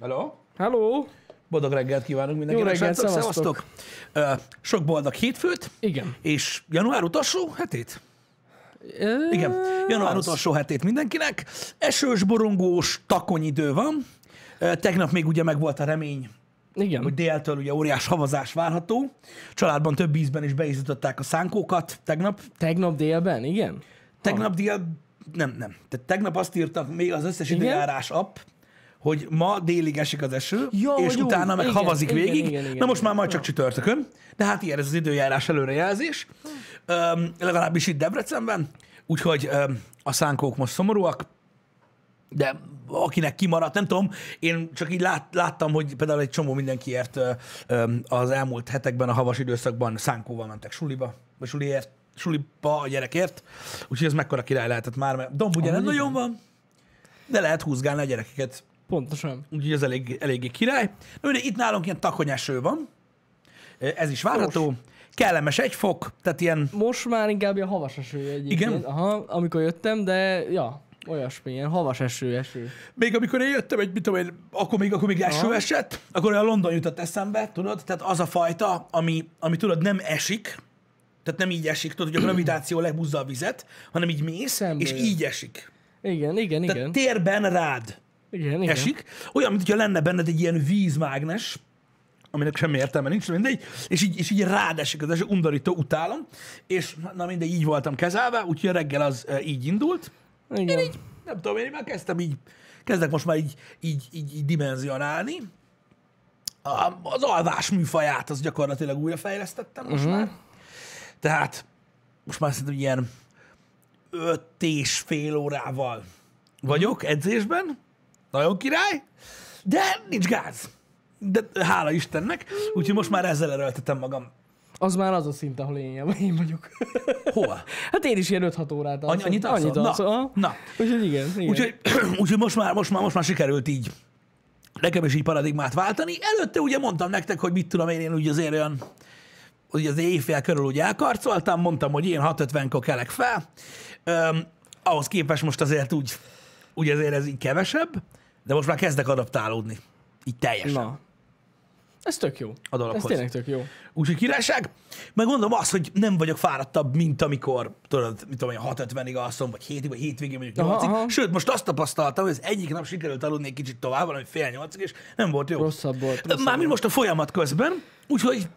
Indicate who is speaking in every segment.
Speaker 1: Hello?
Speaker 2: Hello?
Speaker 1: Boldog reggelt kívánunk mindenkinek.
Speaker 2: reggelt,
Speaker 1: srácok,
Speaker 2: szevasztok.
Speaker 1: szevasztok. Ö, Sok boldog hétfőt,
Speaker 2: Igen.
Speaker 1: és január utolsó hetét?
Speaker 2: Ö,
Speaker 1: Igen, január
Speaker 2: az.
Speaker 1: utolsó hetét mindenkinek. Esős, borongós, takony idő van. Ö, Tegnap még ugye meg volt a remény,
Speaker 2: Igen.
Speaker 1: hogy déltől ugye óriás havazás várható. Családban több ízben is beízították a szánkókat tegnap.
Speaker 2: Tegnap délben, igen?
Speaker 1: Tegnap dél... Nem, nem. Tehát tegnap azt írtak még az összes
Speaker 2: Igen?
Speaker 1: időjárás app, hogy ma délig esik az eső,
Speaker 2: Ja,
Speaker 1: és
Speaker 2: hogy
Speaker 1: utána
Speaker 2: úgy.
Speaker 1: meg
Speaker 2: Igen,
Speaker 1: havazik
Speaker 2: igen,
Speaker 1: végig.
Speaker 2: igen, igen,
Speaker 1: Na most
Speaker 2: igen.
Speaker 1: már majd csak csütörtökön, de hát ilyen ez az időjárás előrejelzés. Öm, legalábbis itt Debrecenben, úgyhogy öm, a szánkók most szomorúak, de akinek kimaradt, nem tudom, én csak így lát, láttam, hogy például egy csomó mindenkiért ö, ö, az elmúlt hetekben, a havas időszakban szánkóval mentek suliba, vagy suliért, suliba a gyerekért, úgyhogy ez mekkora király lehetett már, mert domb ugye nem
Speaker 2: Amúgy
Speaker 1: nagyon van, de lehet húzgálni a gyerekeket,
Speaker 2: Pontosan.
Speaker 1: úgyhogy ez elég, eléggé király. Na, mindegy, itt nálunk ilyen takonyeső van, ez is várható, kellemes egy fok, tehát ilyen
Speaker 2: Most már inkább ilyen havas eső egyébként.
Speaker 1: Igen?
Speaker 2: Aha, amikor jöttem, de ja, olyasmi, ilyen havas eső, eső.
Speaker 1: még amikor én jöttem, egy, mit tudom én, akkor még, akkor még eső
Speaker 2: Aha.
Speaker 1: esett, akkor olyan London jutott eszembe, tudod? Tehát az a fajta, ami, ami tudod, nem esik, tehát nem így esik, tudod, hogy a gravitáció leghúzza a vizet, hanem így mész,
Speaker 2: Szembe
Speaker 1: és
Speaker 2: jön.
Speaker 1: így esik.
Speaker 2: Igen, igen,
Speaker 1: Tehát
Speaker 2: igen.
Speaker 1: térben rád
Speaker 2: igen, igen.
Speaker 1: esik. Olyan, mintha lenne benned egy ilyen vízmágnes, aminek semmi értelme nincs, mindegy, és így, és így rád esik az eső, undorító, utálom, és na mindegy, így voltam kezelve, úgyhogy a reggel az eh, így indult,
Speaker 2: igen.
Speaker 1: így, nem tudom, én már kezdtem így, kezdek most már így, így, így, így dimenzionálni. A, az alvás műfaját az gyakorlatilag újrafejlesztettem most uh-huh. már. Tehát most már szerintem ilyen öt és fél órával vagyok edzésben, nagyon király, de nincs gáz. De hála Istennek, úgyhogy most már ezzel erőltetem magam.
Speaker 2: Az már az a szint, ahol én, én vagyok.
Speaker 1: Hol?
Speaker 2: hát én is ilyen 5-6 órát alszom.
Speaker 1: annyit alszol?
Speaker 2: Annyit
Speaker 1: Na,
Speaker 2: alszom. aha.
Speaker 1: na.
Speaker 2: Úgyhogy igen, igen.
Speaker 1: Úgyhogy, úgyhogy most, már, most, már, most már sikerült így nekem is így paradigmát váltani. Előtte ugye mondtam nektek, hogy mit tudom én, én ugye azért olyan, ugye az éjfél körül ugye elkarcoltam, mondtam, hogy én 6.50-kor kelek fel. Öm, ahhoz képest most azért úgy, úgy azért ez így kevesebb, de most már kezdek adaptálódni. Így teljesen. Na.
Speaker 2: Na. Ez tök jó.
Speaker 1: A dologhoz.
Speaker 2: Ez tényleg tök jó.
Speaker 1: Úgyhogy királyság. Meg mondom azt, hogy nem vagyok fáradtabb, mint amikor, tudod, mit tudom én, 6.50-ig alszom, vagy 7-ig, vagy hétvégén mondjuk
Speaker 2: Aha,
Speaker 1: 8-ig.
Speaker 2: aha.
Speaker 1: Sőt, most azt tapasztaltam, hogy az egyik nap sikerült aludni egy kicsit tovább, valami fél 8-ig, és nem volt jó.
Speaker 2: Rosszabb volt. Rosszabb
Speaker 1: Mármint most a folyamat közben, úgyhogy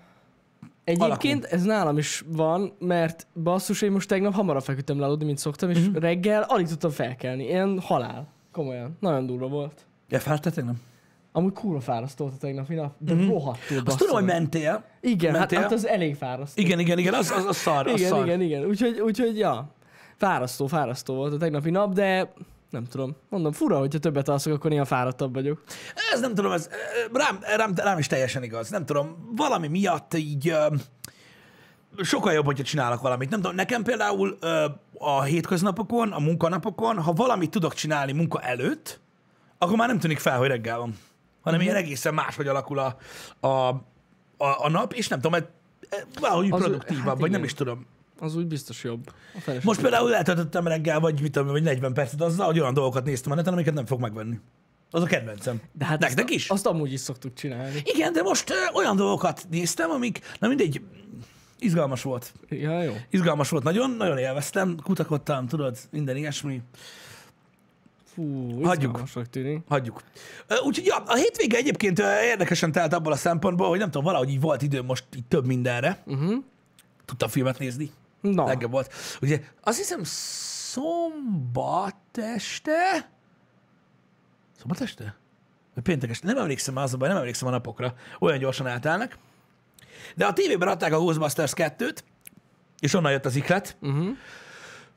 Speaker 2: Egyébként ez nálam is van, mert basszus, én most tegnap hamarabb feküdtem le aludni, mint szoktam, és
Speaker 1: Mhm.
Speaker 2: uh-huh. reggel alig tudtam felkelni. Ilyen halál. Komolyan. Nagyon durva volt.
Speaker 1: Ja, feltettek, nem?
Speaker 2: Amúgy kurva fárasztó volt a tegnapi nap, de uh-huh. rohadtul
Speaker 1: Mhm. Azt
Speaker 2: bassza
Speaker 1: tudom, hogy
Speaker 2: meg.
Speaker 1: mentél.
Speaker 2: Igen, hát,
Speaker 1: mentél.
Speaker 2: hát, az elég fárasztó.
Speaker 1: Igen, igen, igen, az, az, az szar, az
Speaker 2: igen,
Speaker 1: szar.
Speaker 2: igen, igen. Úgyhogy, úgyhogy, ja. Fárasztó, fárasztó volt a tegnapi nap, de nem tudom. Mondom, fura, hogyha többet alszok, akkor ilyen fáradtabb vagyok.
Speaker 1: Ez nem tudom, ez eh, rám, rám, rám is teljesen igaz. Nem tudom, valami miatt így ö, sokkal jobb, hogyha csinálok valamit. Nem tudom, nekem például ö, a hétköznapokon, a munkanapokon, ha valamit tudok csinálni munka előtt, akkor már nem tűnik fel, hogy reggel van. Hanem
Speaker 2: Mhm.
Speaker 1: mm-hmm. ilyen egészen máshogy alakul a, a, a, a nap, és nem tudom, mert eh, valahogy
Speaker 2: Az-
Speaker 1: produktívabb, vagy
Speaker 2: hát
Speaker 1: nem
Speaker 2: igen.
Speaker 1: is tudom.
Speaker 2: Az úgy biztos jobb. A feleség.
Speaker 1: Most például eltöltöttem reggel, vagy mit tudom, én, vagy 40 percet azzal, hogy olyan dolgokat néztem a neten, amiket nem fog megvenni. Az a kedvencem.
Speaker 2: de hát
Speaker 1: Nektek
Speaker 2: azt,
Speaker 1: is?
Speaker 2: Azt amúgy is szoktuk csinálni.
Speaker 1: Igen, de most ö, olyan dolgokat néztem, amik, na mindegy, izgalmas volt.
Speaker 2: Ja, jó.
Speaker 1: Izgalmas volt nagyon, nagyon élveztem, kutakodtam, tudod, minden ilyesmi.
Speaker 2: Fú,
Speaker 1: Hagyjuk.
Speaker 2: izgalmasnak tűnik.
Speaker 1: Hagyjuk. Ö, Úgyhogy ja, a hétvége egyébként ö, érdekesen telt abból a szempontból, hogy nem tudom, valahogy így volt idő most így több mindenre.
Speaker 2: Uh-huh.
Speaker 1: Tudtam filmet nézni.
Speaker 2: Na,
Speaker 1: Legjobb volt. Ugye azt hiszem szombat este... Szombat este? Vagy Péntek este? Nem emlékszem már, az a baj, nem emlékszem a napokra. Olyan gyorsan átállnak. De a tévében adták a Ghostbusters 2-t, és onnan jött az iklet.
Speaker 2: uh-huh.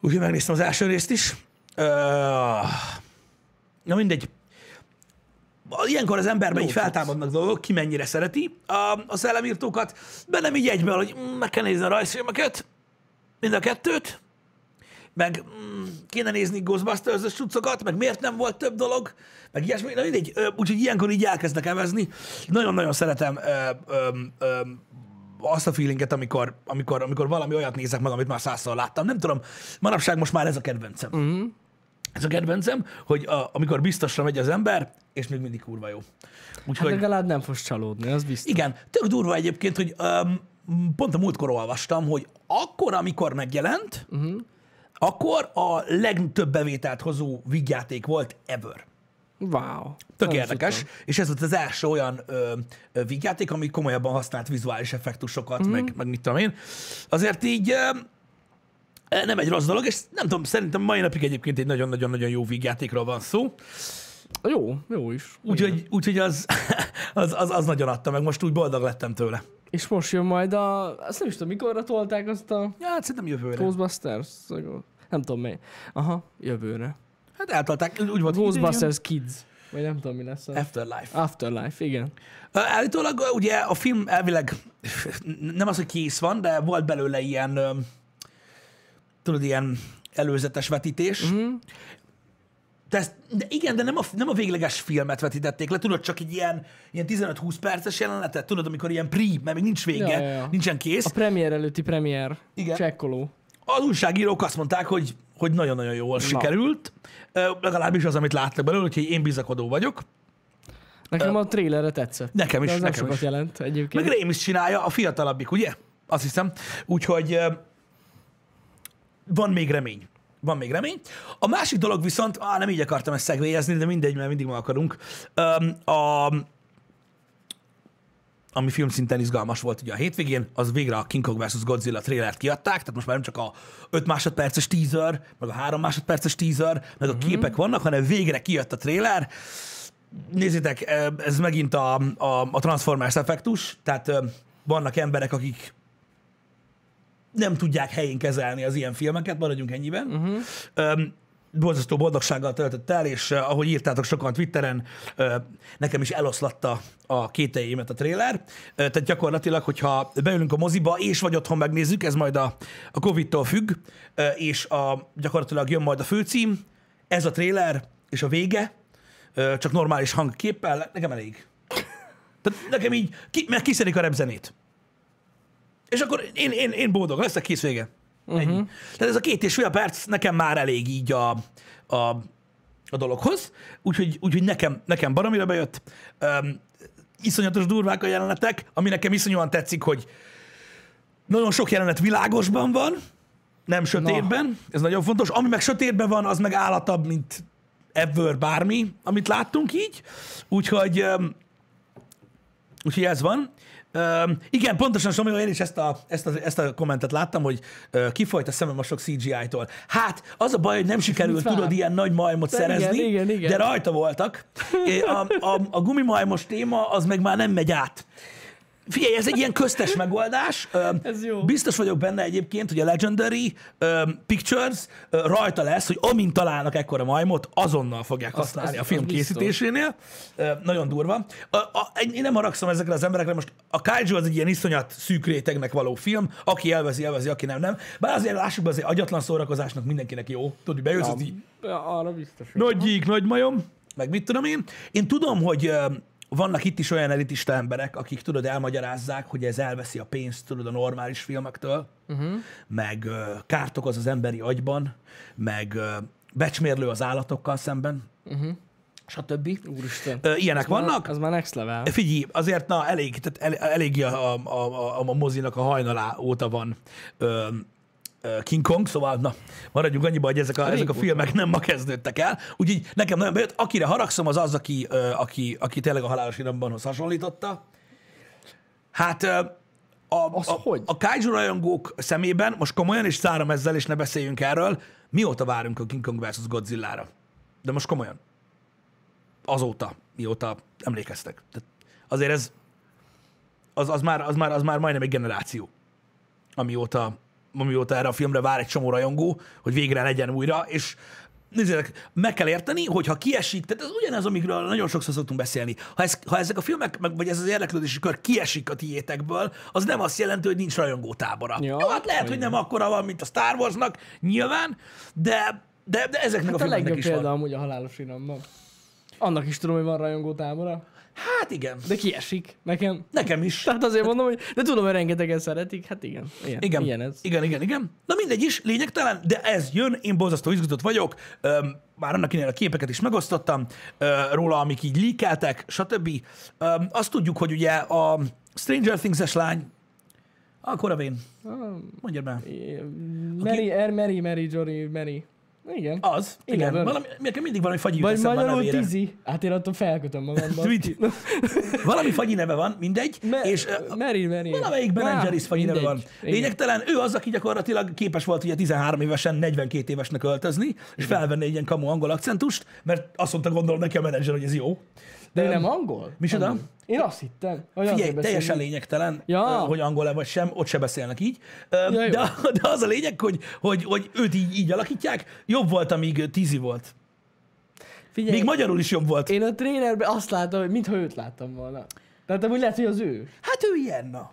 Speaker 1: Úgyhogy megnéztem az első részt is. Ö, Na mindegy. Ilyenkor az emberben
Speaker 2: Jó
Speaker 1: így
Speaker 2: cucc.
Speaker 1: feltámadnak dolgok, ki mennyire szereti a, a szellemírtókat. Bennem így egyből, hogy mm, meg kell nézni a rajzfilmeket, mind a kettőt, meg mm, kéne nézni Ghostbusters-ös cuccokat, meg miért nem volt több dolog, meg ilyesmi, na mindegy. Ö, Úgyhogy ilyenkor így elkezdek evezni. Nagyon-nagyon szeretem ö, ö, ö, azt a feelinget, amikor, amikor, amikor valami olyat nézek meg, amit már százszor láttam. Nem tudom, manapság most már ez a kedvencem. Uh-huh. Ez a kedvencem, hogy a, amikor biztosra megy az ember, és még mindig kurva jó.
Speaker 2: Hát
Speaker 1: Úgyhogy
Speaker 2: legalább nem fogsz csalódni, az biztos.
Speaker 1: igen, tök durva egyébként, hogy öm, pont a múltkor olvastam, hogy akkor, amikor megjelent, uh-huh. akkor a legtöbb bevételt hozó vígjáték volt ever.
Speaker 2: Wow.
Speaker 1: Tök
Speaker 2: Nem
Speaker 1: érdekes,
Speaker 2: tudtam.
Speaker 1: és ez volt az első olyan ö, ö, vígjáték, ami komolyabban használt vizuális effektusokat, mm. meg, meg mit tudom én. Azért így ö, e, nem egy rossz dolog, és nem tudom, szerintem mai napig egyébként egy nagyon-nagyon-nagyon jó vígjátékról van szó,
Speaker 2: Jó, jó is.
Speaker 1: úgyhogy úgy, az, az, az, az nagyon adta meg, most úgy boldog lettem tőle.
Speaker 2: És most jön majd a... Azt nem is tudom, mikorra tolták azt a
Speaker 1: Ja, hát szerintem jövőre.
Speaker 2: Ghostbusters? vagy- Nem tudom mely. Aha, jövőre.
Speaker 1: Hát eltalták, úgy volt, hogy idén jön.
Speaker 2: Ghostbusters Kids. Vagy nem tudom, mi lesz. A...
Speaker 1: Afterlife.
Speaker 2: Afterlife, igen.
Speaker 1: Ö, Állítólag ö, ugye a film elvileg nem az, hogy kész van, de volt belőle ilyen, ö, tudod, ilyen előzetes vetítés. Mm-hmm. De, ezt, de igen, de nem a, nem a végleges filmet vetítették le, tudod, csak egy ilyen, ilyen 15-20 perces jelenetet, tudod, amikor ilyen pre, mert még nincs vége, ja, ja, ja. nincsen kész.
Speaker 2: A premier előtti premier.
Speaker 1: Igen.
Speaker 2: Csekkoló.
Speaker 1: Az újságírók azt mondták, hogy, hogy nagyon-nagyon jól sikerült, Ö, legalábbis az, amit láttak belőle, úgyhogy én bizakodó vagyok.
Speaker 2: Nekem a trailerre tetszett.
Speaker 1: Nekem is,
Speaker 2: De az nem
Speaker 1: nekem
Speaker 2: sokat
Speaker 1: is.
Speaker 2: jelent egyébként.
Speaker 1: Meg Rém is csinálja, a fiatalabbik, ugye? Azt hiszem. Úgyhogy ö, van még remény. Van még remény. A másik dolog viszont, á, nem így akartam ezt szegvélyezni, de mindegy, mert mindig ma akarunk. Öm, A, ami filmszinten izgalmas volt ugye a hétvégén, az végre a King Kong vs. Godzilla trailert kiadták, tehát most már nem csak a 5 másodperces teaser, meg a 3 másodperces teaser, meg a képek vannak, hanem végre kijött a trailer. Nézzétek, ez megint a, a, a Transformers effektus, tehát ö, vannak emberek, akik nem tudják helyén kezelni az ilyen filmeket, maradjunk ennyiben. Uh-huh. Um, borzasztó boldogsággal töltött el, és uh, ahogy írtátok sokan Twitteren, uh, nekem is eloszlatta a kételjémet a tréler. Uh, tehát gyakorlatilag, hogyha beülünk a moziba, és vagy otthon megnézzük, ez majd a, a Covid-tól függ, uh, és a, gyakorlatilag jön majd a főcím, ez a tréler, és a vége, uh, csak normális hangképpel, nekem elég. Tehát nekem így, ki, mert kiszedik a repzenét. És akkor én, én, én boldog leszek, kész vége. Uh-huh. Tehát ez a két és fél perc nekem már elég így a, a, a dologhoz, úgyhogy, úgyhogy nekem, nekem baromira bejött. Um, iszonyatos durvák a jelenetek, ami nekem iszonyúan tetszik, hogy nagyon sok jelenet világosban van, nem sötétben, Na. ez nagyon fontos. Ami meg sötétben van, az meg állatabb, mint ebből bármi, amit láttunk így. Úgyhogy um, Úgyhogy ez van. Üm, igen, pontosan, Somi, én is ezt a, ezt, a, ezt a kommentet láttam, hogy ö, kifolyt a szemem a sok CGI-tól. Hát, az a baj, hogy nem sikerült,
Speaker 2: vár?
Speaker 1: tudod, ilyen nagy majmot
Speaker 2: De
Speaker 1: szerezni,
Speaker 2: igen, igen, igen.
Speaker 1: de rajta voltak. É, A, a, a gumimajmos téma az meg már nem megy át. Figyelj, ez egy ilyen köztes megoldás. Üm,
Speaker 2: Ez jó.
Speaker 1: Biztos vagyok benne egyébként, hogy a Legendary üm, Pictures ö, rajta lesz, hogy amint találnak ekkora majmot, azonnal fogják használni
Speaker 2: az-
Speaker 1: a film
Speaker 2: az biztos.
Speaker 1: készítésénél. Ö, Nagyon durva. A, a, én nem haragszom ezekre az emberekre, most a Kaiju az egy ilyen iszonyat szűk rétegnek való film, aki elvezi, elvezi, aki nem, nem. Bár azért lássuk be, azért agyatlan szórakozásnak mindenkinek jó. Tudod, hogy bejössz, az így,
Speaker 2: Ja, Arra biztos. hogy-
Speaker 1: nagy gyík, nagy majom, meg mit tudom én. Én tudom, hogy ö, vannak itt is olyan elitista emberek, akik tudod, elmagyarázzák, hogy ez elveszi a pénzt, tudod, a normális filmektől, uh-huh. meg ö, kárt okoz az emberi agyban, meg ö, becsmérlő az állatokkal szemben, uh-huh. stb.
Speaker 2: Úristen.
Speaker 1: Ö, ilyenek vannak.
Speaker 2: Az már next level.
Speaker 1: E, Figyelj, azért na, elég, tehát el, elég a, a, a, a mozinak a hajnalá óta van ö, ö, King Kong, szóval na, maradjunk annyiba, hogy ezek a, ezek a
Speaker 2: Régóta.
Speaker 1: filmek nem ma kezdődtek el. Úgyhogy nekem nagyon bejött, akire haragszom, az az, aki, ö, aki, aki tényleg a halálos irambanhoz hasonlította. Hát ö, a,
Speaker 2: Az
Speaker 1: a,
Speaker 2: hogy?
Speaker 1: a kaiju rajongók szemében, most komolyan is szárom ezzel, és ne beszéljünk erről, mióta várunk a King Kong vs. Godzilla-ra? De most komolyan azóta, mióta emlékeztek. Tehát azért ez, az, az, már, az, már, az már majdnem egy generáció, amióta, amióta erre a filmre vár egy csomó rajongó, hogy végre legyen újra, és nézzétek, meg kell érteni, hogy ha kiesik, tehát ez ugyanaz, amikről nagyon sokszor szoktunk beszélni. Ha, ez, ha ezek a filmek, meg, vagy ez az érdeklődési kör kiesik a tiétekből, az nem azt jelenti, hogy nincs rajongó tábora.
Speaker 2: Ja,
Speaker 1: Ja, Jó, hát lehet, hogy nem akkora van, mint a Star Warsnak, nyilván, de, de, de ezeknek
Speaker 2: Hát
Speaker 1: a
Speaker 2: a
Speaker 1: filmeknek
Speaker 2: legjobb
Speaker 1: is van.
Speaker 2: példa amúgy a halálos iramban. Annak is tudom, hogy van rajongó tábora.
Speaker 1: Hát igen.
Speaker 2: De kiesik nekem.
Speaker 1: Nekem is.
Speaker 2: Tehát azért mondom, hogy de tudom, hogy rengetegen szeretik. Hát igen. Ilyen,
Speaker 1: Igen.
Speaker 2: Ilyen ez.
Speaker 1: Igen, igen, igen. Na mindegy is, lényegtelen, de ez jön, én borzasztó izgatott vagyok, Öm, már annak innen a képeket is megosztottam ö, róla, amik így líkeltek, stb. Öm, azt tudjuk, hogy ugye a Stranger Things-es lány, akkor a vén, mondja be.
Speaker 2: Igen. Ah, Mary, er, Mary, Mary, Johnny, Mary. Igen.
Speaker 1: Az, igen,
Speaker 2: Igen, van.
Speaker 1: valami, nekem mindig valami fagyi jut
Speaker 2: Vagy
Speaker 1: eszembe a
Speaker 2: magyarul
Speaker 1: nevére.
Speaker 2: Tizi. Hát én attól felkötöm magamban.
Speaker 1: Mit? Valami fagyi neve van, mindegy,
Speaker 2: Me-
Speaker 1: és ö,
Speaker 2: Mary, Mary.
Speaker 1: Valamelyik Ben
Speaker 2: Á,
Speaker 1: Jerry's fagyi neve
Speaker 2: mindegy.
Speaker 1: van.
Speaker 2: Igen.
Speaker 1: Lényegtelen, ő az, aki gyakorlatilag képes volt ugye 13 évesen 42 évesnek öltözni, és felvenni egy ilyen kamu angol akcentust, mert azt mondta gondolom neki a menedzser, hogy ez jó.
Speaker 2: De ő
Speaker 1: Öm,
Speaker 2: nem angol?
Speaker 1: micsoda?
Speaker 2: Nem. Én azt hittem, hogy
Speaker 1: Figyelj,
Speaker 2: azért beszélünk.
Speaker 1: teljesen lényegtelen,
Speaker 2: Ja.
Speaker 1: ö, hogy angol-e vagy sem, ott se beszélnek így. Ö,
Speaker 2: Ja, jó.
Speaker 1: de, de az a lényeg, hogy, hogy, hogy őt így, így alakítják. Jobb volt, amíg tízi volt.
Speaker 2: Figyelj,
Speaker 1: Még magyarul is jobb volt.
Speaker 2: én a trénerben azt láttam, hogy mintha őt láttam volna. Tehát amúgy lehet, hogy az ő.
Speaker 1: Hát ő ilyen, na.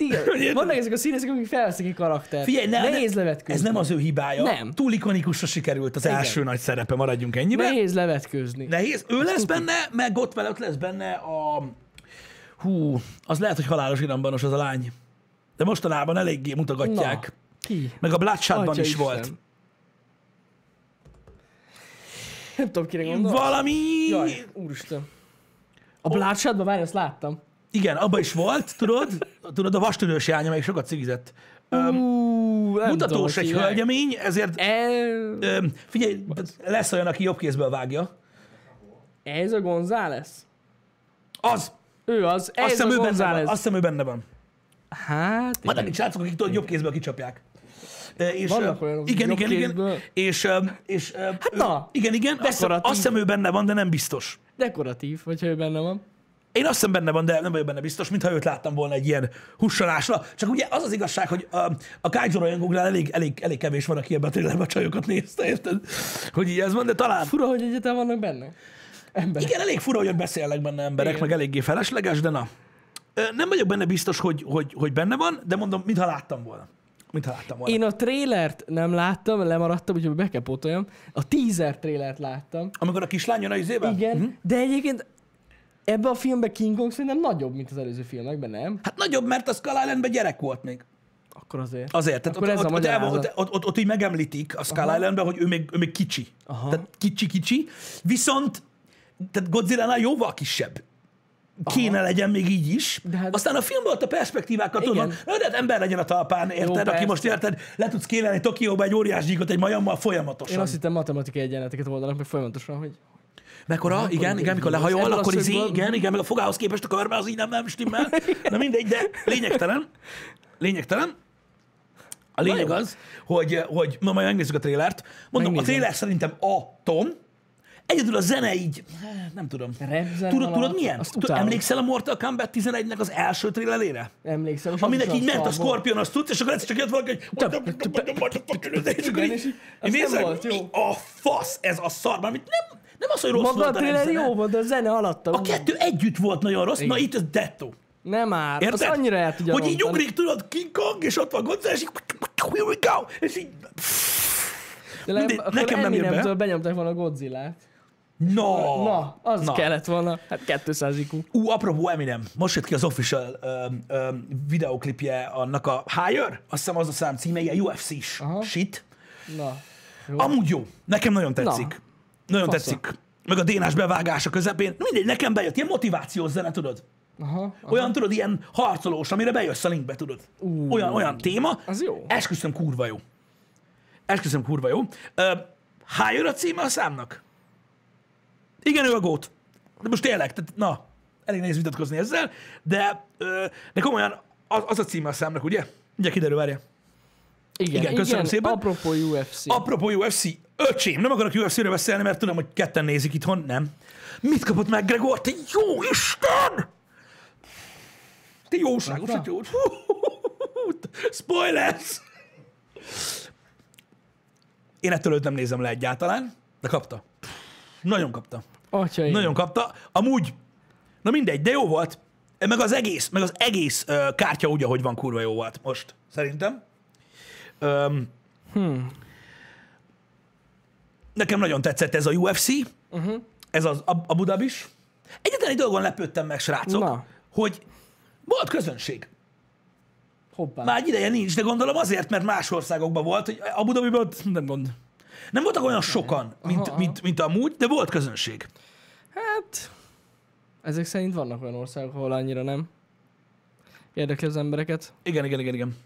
Speaker 2: igen,
Speaker 1: Érted?
Speaker 2: vannak ezek a színészek, akik felveszik egy karaktert.
Speaker 1: Figyelj, ne,
Speaker 2: Nehéz
Speaker 1: ne,
Speaker 2: levetkőzni.
Speaker 1: ez nem az ő hibája.
Speaker 2: Nem.
Speaker 1: Túl ikonikusra sikerült az
Speaker 2: Igen.
Speaker 1: első nagy szerepe, maradjunk ennyiben.
Speaker 2: Nehéz levetkőzni.
Speaker 1: Nehéz. Ő lesz benne, meg ott vele, ott lesz benne a... Hú, az lehet, hogy halálos irambanos az a lány. De mostanában eléggé mutogatják.
Speaker 2: Na, ki?
Speaker 1: Meg a Bloodshotban
Speaker 2: Atya
Speaker 1: is
Speaker 2: Isten.
Speaker 1: volt.
Speaker 2: Nem tudom, kire gondolok.
Speaker 1: Valami...
Speaker 2: Jaj, úristen. A Bloodshotban, várj, azt láttam.
Speaker 1: Igen, abba is volt, tudod? Tudod, a vastudős jánya még sokat cigizett.
Speaker 2: Ú, nem tudom,
Speaker 1: Mutatós
Speaker 2: hogy
Speaker 1: egy
Speaker 2: hívják.
Speaker 1: hölgyemény, ezért...
Speaker 2: El-
Speaker 1: Öm, figyelj, lesz olyan, aki jobb kézből vágja.
Speaker 2: E- Ez a González?
Speaker 1: Az!
Speaker 2: Ő az, ez
Speaker 1: Azt hiszem,
Speaker 2: a
Speaker 1: ő benne van.
Speaker 2: González.
Speaker 1: Azt hiszem, ő benne van.
Speaker 2: Hát,
Speaker 1: Vannak
Speaker 2: igen.
Speaker 1: itt srácok, akik tudod, jobb kézből kicsapják. Ö, És,
Speaker 2: Vannak
Speaker 1: ö,
Speaker 2: olyanok, akik
Speaker 1: igen,
Speaker 2: jobb
Speaker 1: igen,
Speaker 2: kézből. Hát
Speaker 1: igen, és, ö, és ö, ő-
Speaker 2: na,
Speaker 1: igen, igen, azt hiszem,
Speaker 2: dekoratív.
Speaker 1: azt hiszem ő benne van, de nem biztos.
Speaker 2: dekoratív, hogyha ő benne van.
Speaker 1: Én azt hiszem benne van, de nem vagyok benne biztos, mintha őt láttam volna egy ilyen hussanásra. Csak ugye az az igazság, hogy ö, a Kaiju rajongóknál elég, elég, elég kevés van, aki ebben tényleg a csajokat nézte, érted? Hogy így ez van, de talán...
Speaker 2: Fura, hogy egyáltalán vannak benne. Emberek.
Speaker 1: Igen, elég fura, hogy ott beszélnek benne emberek,
Speaker 2: Igen.
Speaker 1: meg eléggé felesleges, de na. Ö, Nem vagyok benne biztos, hogy, hogy, hogy benne van, de mondom, mintha láttam volna. Mintha láttam volna.
Speaker 2: Én a trélert nem láttam, lemaradtam, úgyhogy be kell pótoljam. A teaser trélert láttam.
Speaker 1: Amikor a kislány jön a izével?
Speaker 2: Igen, de egyébként ebbe a filmbe King Kong szerintem nagyobb, mint az előző filmekben, nem?
Speaker 1: Hát nagyobb, mert a Skull Islandben gyerek volt még.
Speaker 2: Akkor azért.
Speaker 1: Azért. Tehát
Speaker 2: Akkor
Speaker 1: ott,
Speaker 2: ez a
Speaker 1: ott, ott, el-
Speaker 2: magyarázat.
Speaker 1: ott, ott, ott, ott, így megemlítik a Skull Islandben, hogy ő még, ő még kicsi.
Speaker 2: Aha.
Speaker 1: Tehát kicsi-kicsi. Viszont tehát Godzilla-nál jóval kisebb. Kéne legyen még így is.
Speaker 2: De hát-
Speaker 1: Aztán a filmben ott a perspektívákat
Speaker 2: Igen.
Speaker 1: tudom, de hát ember legyen a talpán, érted? aki
Speaker 2: persze.
Speaker 1: most érted, le tudsz kérelni Tokióba egy óriás gyíkot egy majommal
Speaker 2: Én
Speaker 1: folyamatosan.
Speaker 2: azt hittem matematikai egyenleteket oldanak meg folyamatosan, hogy
Speaker 1: Mekkora? igen,
Speaker 2: így
Speaker 1: igen, mikor
Speaker 2: van.
Speaker 1: lehajol,
Speaker 2: Ebből a
Speaker 1: akkor izé,
Speaker 2: szögből-
Speaker 1: igen, igen, mert a fogához képest a karma az így nem, nem stimmel. Na mindegy, de lényegtelen. Lényegtelen. A lényeg
Speaker 2: jó.
Speaker 1: az, hogy, hogy ma majd megnézzük a trélert. Mondom,
Speaker 2: Megnézem.
Speaker 1: a tréler szerintem a tom. Egyedül a zene így, hát, nem tudom.
Speaker 2: Repzen
Speaker 1: Tudod,
Speaker 2: valahol.
Speaker 1: tudod milyen?
Speaker 2: Azt
Speaker 1: Tudod,
Speaker 2: utálom.
Speaker 1: emléksel a Mortal Kombat 11-nek az első trélerére?
Speaker 2: emlékszem. és
Speaker 1: Aminek
Speaker 2: az
Speaker 1: így ment a
Speaker 2: szar volt.
Speaker 1: Scorpion, azt tudsz, és akkor egyszer csak jött valaki, hogy... És akkor
Speaker 2: Igen, és
Speaker 1: így,
Speaker 2: így-
Speaker 1: én
Speaker 2: az nem
Speaker 1: nézem,
Speaker 2: volt jó.
Speaker 1: mi a fasz ez a szar? Mármint nem, nem az, hogy rossz
Speaker 2: Maga a
Speaker 1: volt a
Speaker 2: tréler
Speaker 1: repzene.
Speaker 2: jó volt, de a zene alatta.
Speaker 1: A kettő együtt volt nagyon rossz, na itt ez dettó.
Speaker 2: Nem már.
Speaker 1: Érted?
Speaker 2: Hát Az annyira el tudja
Speaker 1: Hogy így
Speaker 2: rontani.
Speaker 1: ugrik, tudod, King Kong, és ott van Godzilla, és így, here we go, és így,
Speaker 2: De le,
Speaker 1: Mindegy,
Speaker 2: akkor
Speaker 1: nekem nem jön be.
Speaker 2: Eminemtől benyomták volna a Godzilla-t.
Speaker 1: no.
Speaker 2: Na, az
Speaker 1: Na.
Speaker 2: kellett volna. Hát 200 IQ.
Speaker 1: Ú, apropó Eminem, most jött ki az official öm, öm, videoklipje annak a Higher, azt hiszem az a szám címe, ilyen UFC-s
Speaker 2: Aha.
Speaker 1: shit.
Speaker 2: Na. Jó.
Speaker 1: Amúgy jó, nekem nagyon tetszik. Nagyon
Speaker 2: Fasza.
Speaker 1: tetszik. Meg a dénás bevágása közepén. Na Mindegy, nekem bejött, ilyen motivációs zene, tudod?
Speaker 2: Aha.
Speaker 1: Olyan, tudod, ilyen harcolós, amire bejössz a linkbe, tudod.
Speaker 2: Ú.
Speaker 1: Olyan, olyan téma.
Speaker 2: Az jó.
Speaker 1: Esküszöm, kurva jó. Esküszöm, kurva jó. Ö, Higher a címe a számnak? Igen, ő a gót. De most tényleg, tehát, na, elég nehéz vitatkozni ezzel, de, ö, de komolyan az, az a címe a számnak, ugye? Ugye kiderül, várja.
Speaker 2: Igen,
Speaker 1: igen, köszönöm szépen.
Speaker 2: Apropó UFC.
Speaker 1: Apropó UFC, öcsém, nem akarok UFC-ről beszélni, mert tudom, hogy ketten nézik itthon, nem. Mit kapott meg Gregor? Te jó Isten! Te jóságos, te jó... Spoilers! Én ettől őt nem nézem le egyáltalán, de kapta. Nagyon kapta.
Speaker 2: Atyaim.
Speaker 1: Nagyon kapta. Amúgy, na mindegy, de jó volt. Meg az egész, meg az egész ö, kártya úgy, ahogy van, kurva jó volt most, szerintem. Öm, hmm. Nekem nagyon tetszett ez a UFC, uh-huh. ez az Ab- Abu Dhabis. Egyetlen egy dolgon lepődtem meg, srácok,
Speaker 2: Na.
Speaker 1: hogy volt közönség.
Speaker 2: Hoppá.
Speaker 1: Már egy ideje nincs, de gondolom azért, mert más országokban volt, hogy Abu Dhabiban nem gond. Nem voltak olyan sokan, mint, mint, mint amúgy, de volt közönség.
Speaker 2: Hát, ezek szerint vannak olyan országok, ahol annyira nem érdekli az embereket.
Speaker 1: Igen, igen, igen, igen.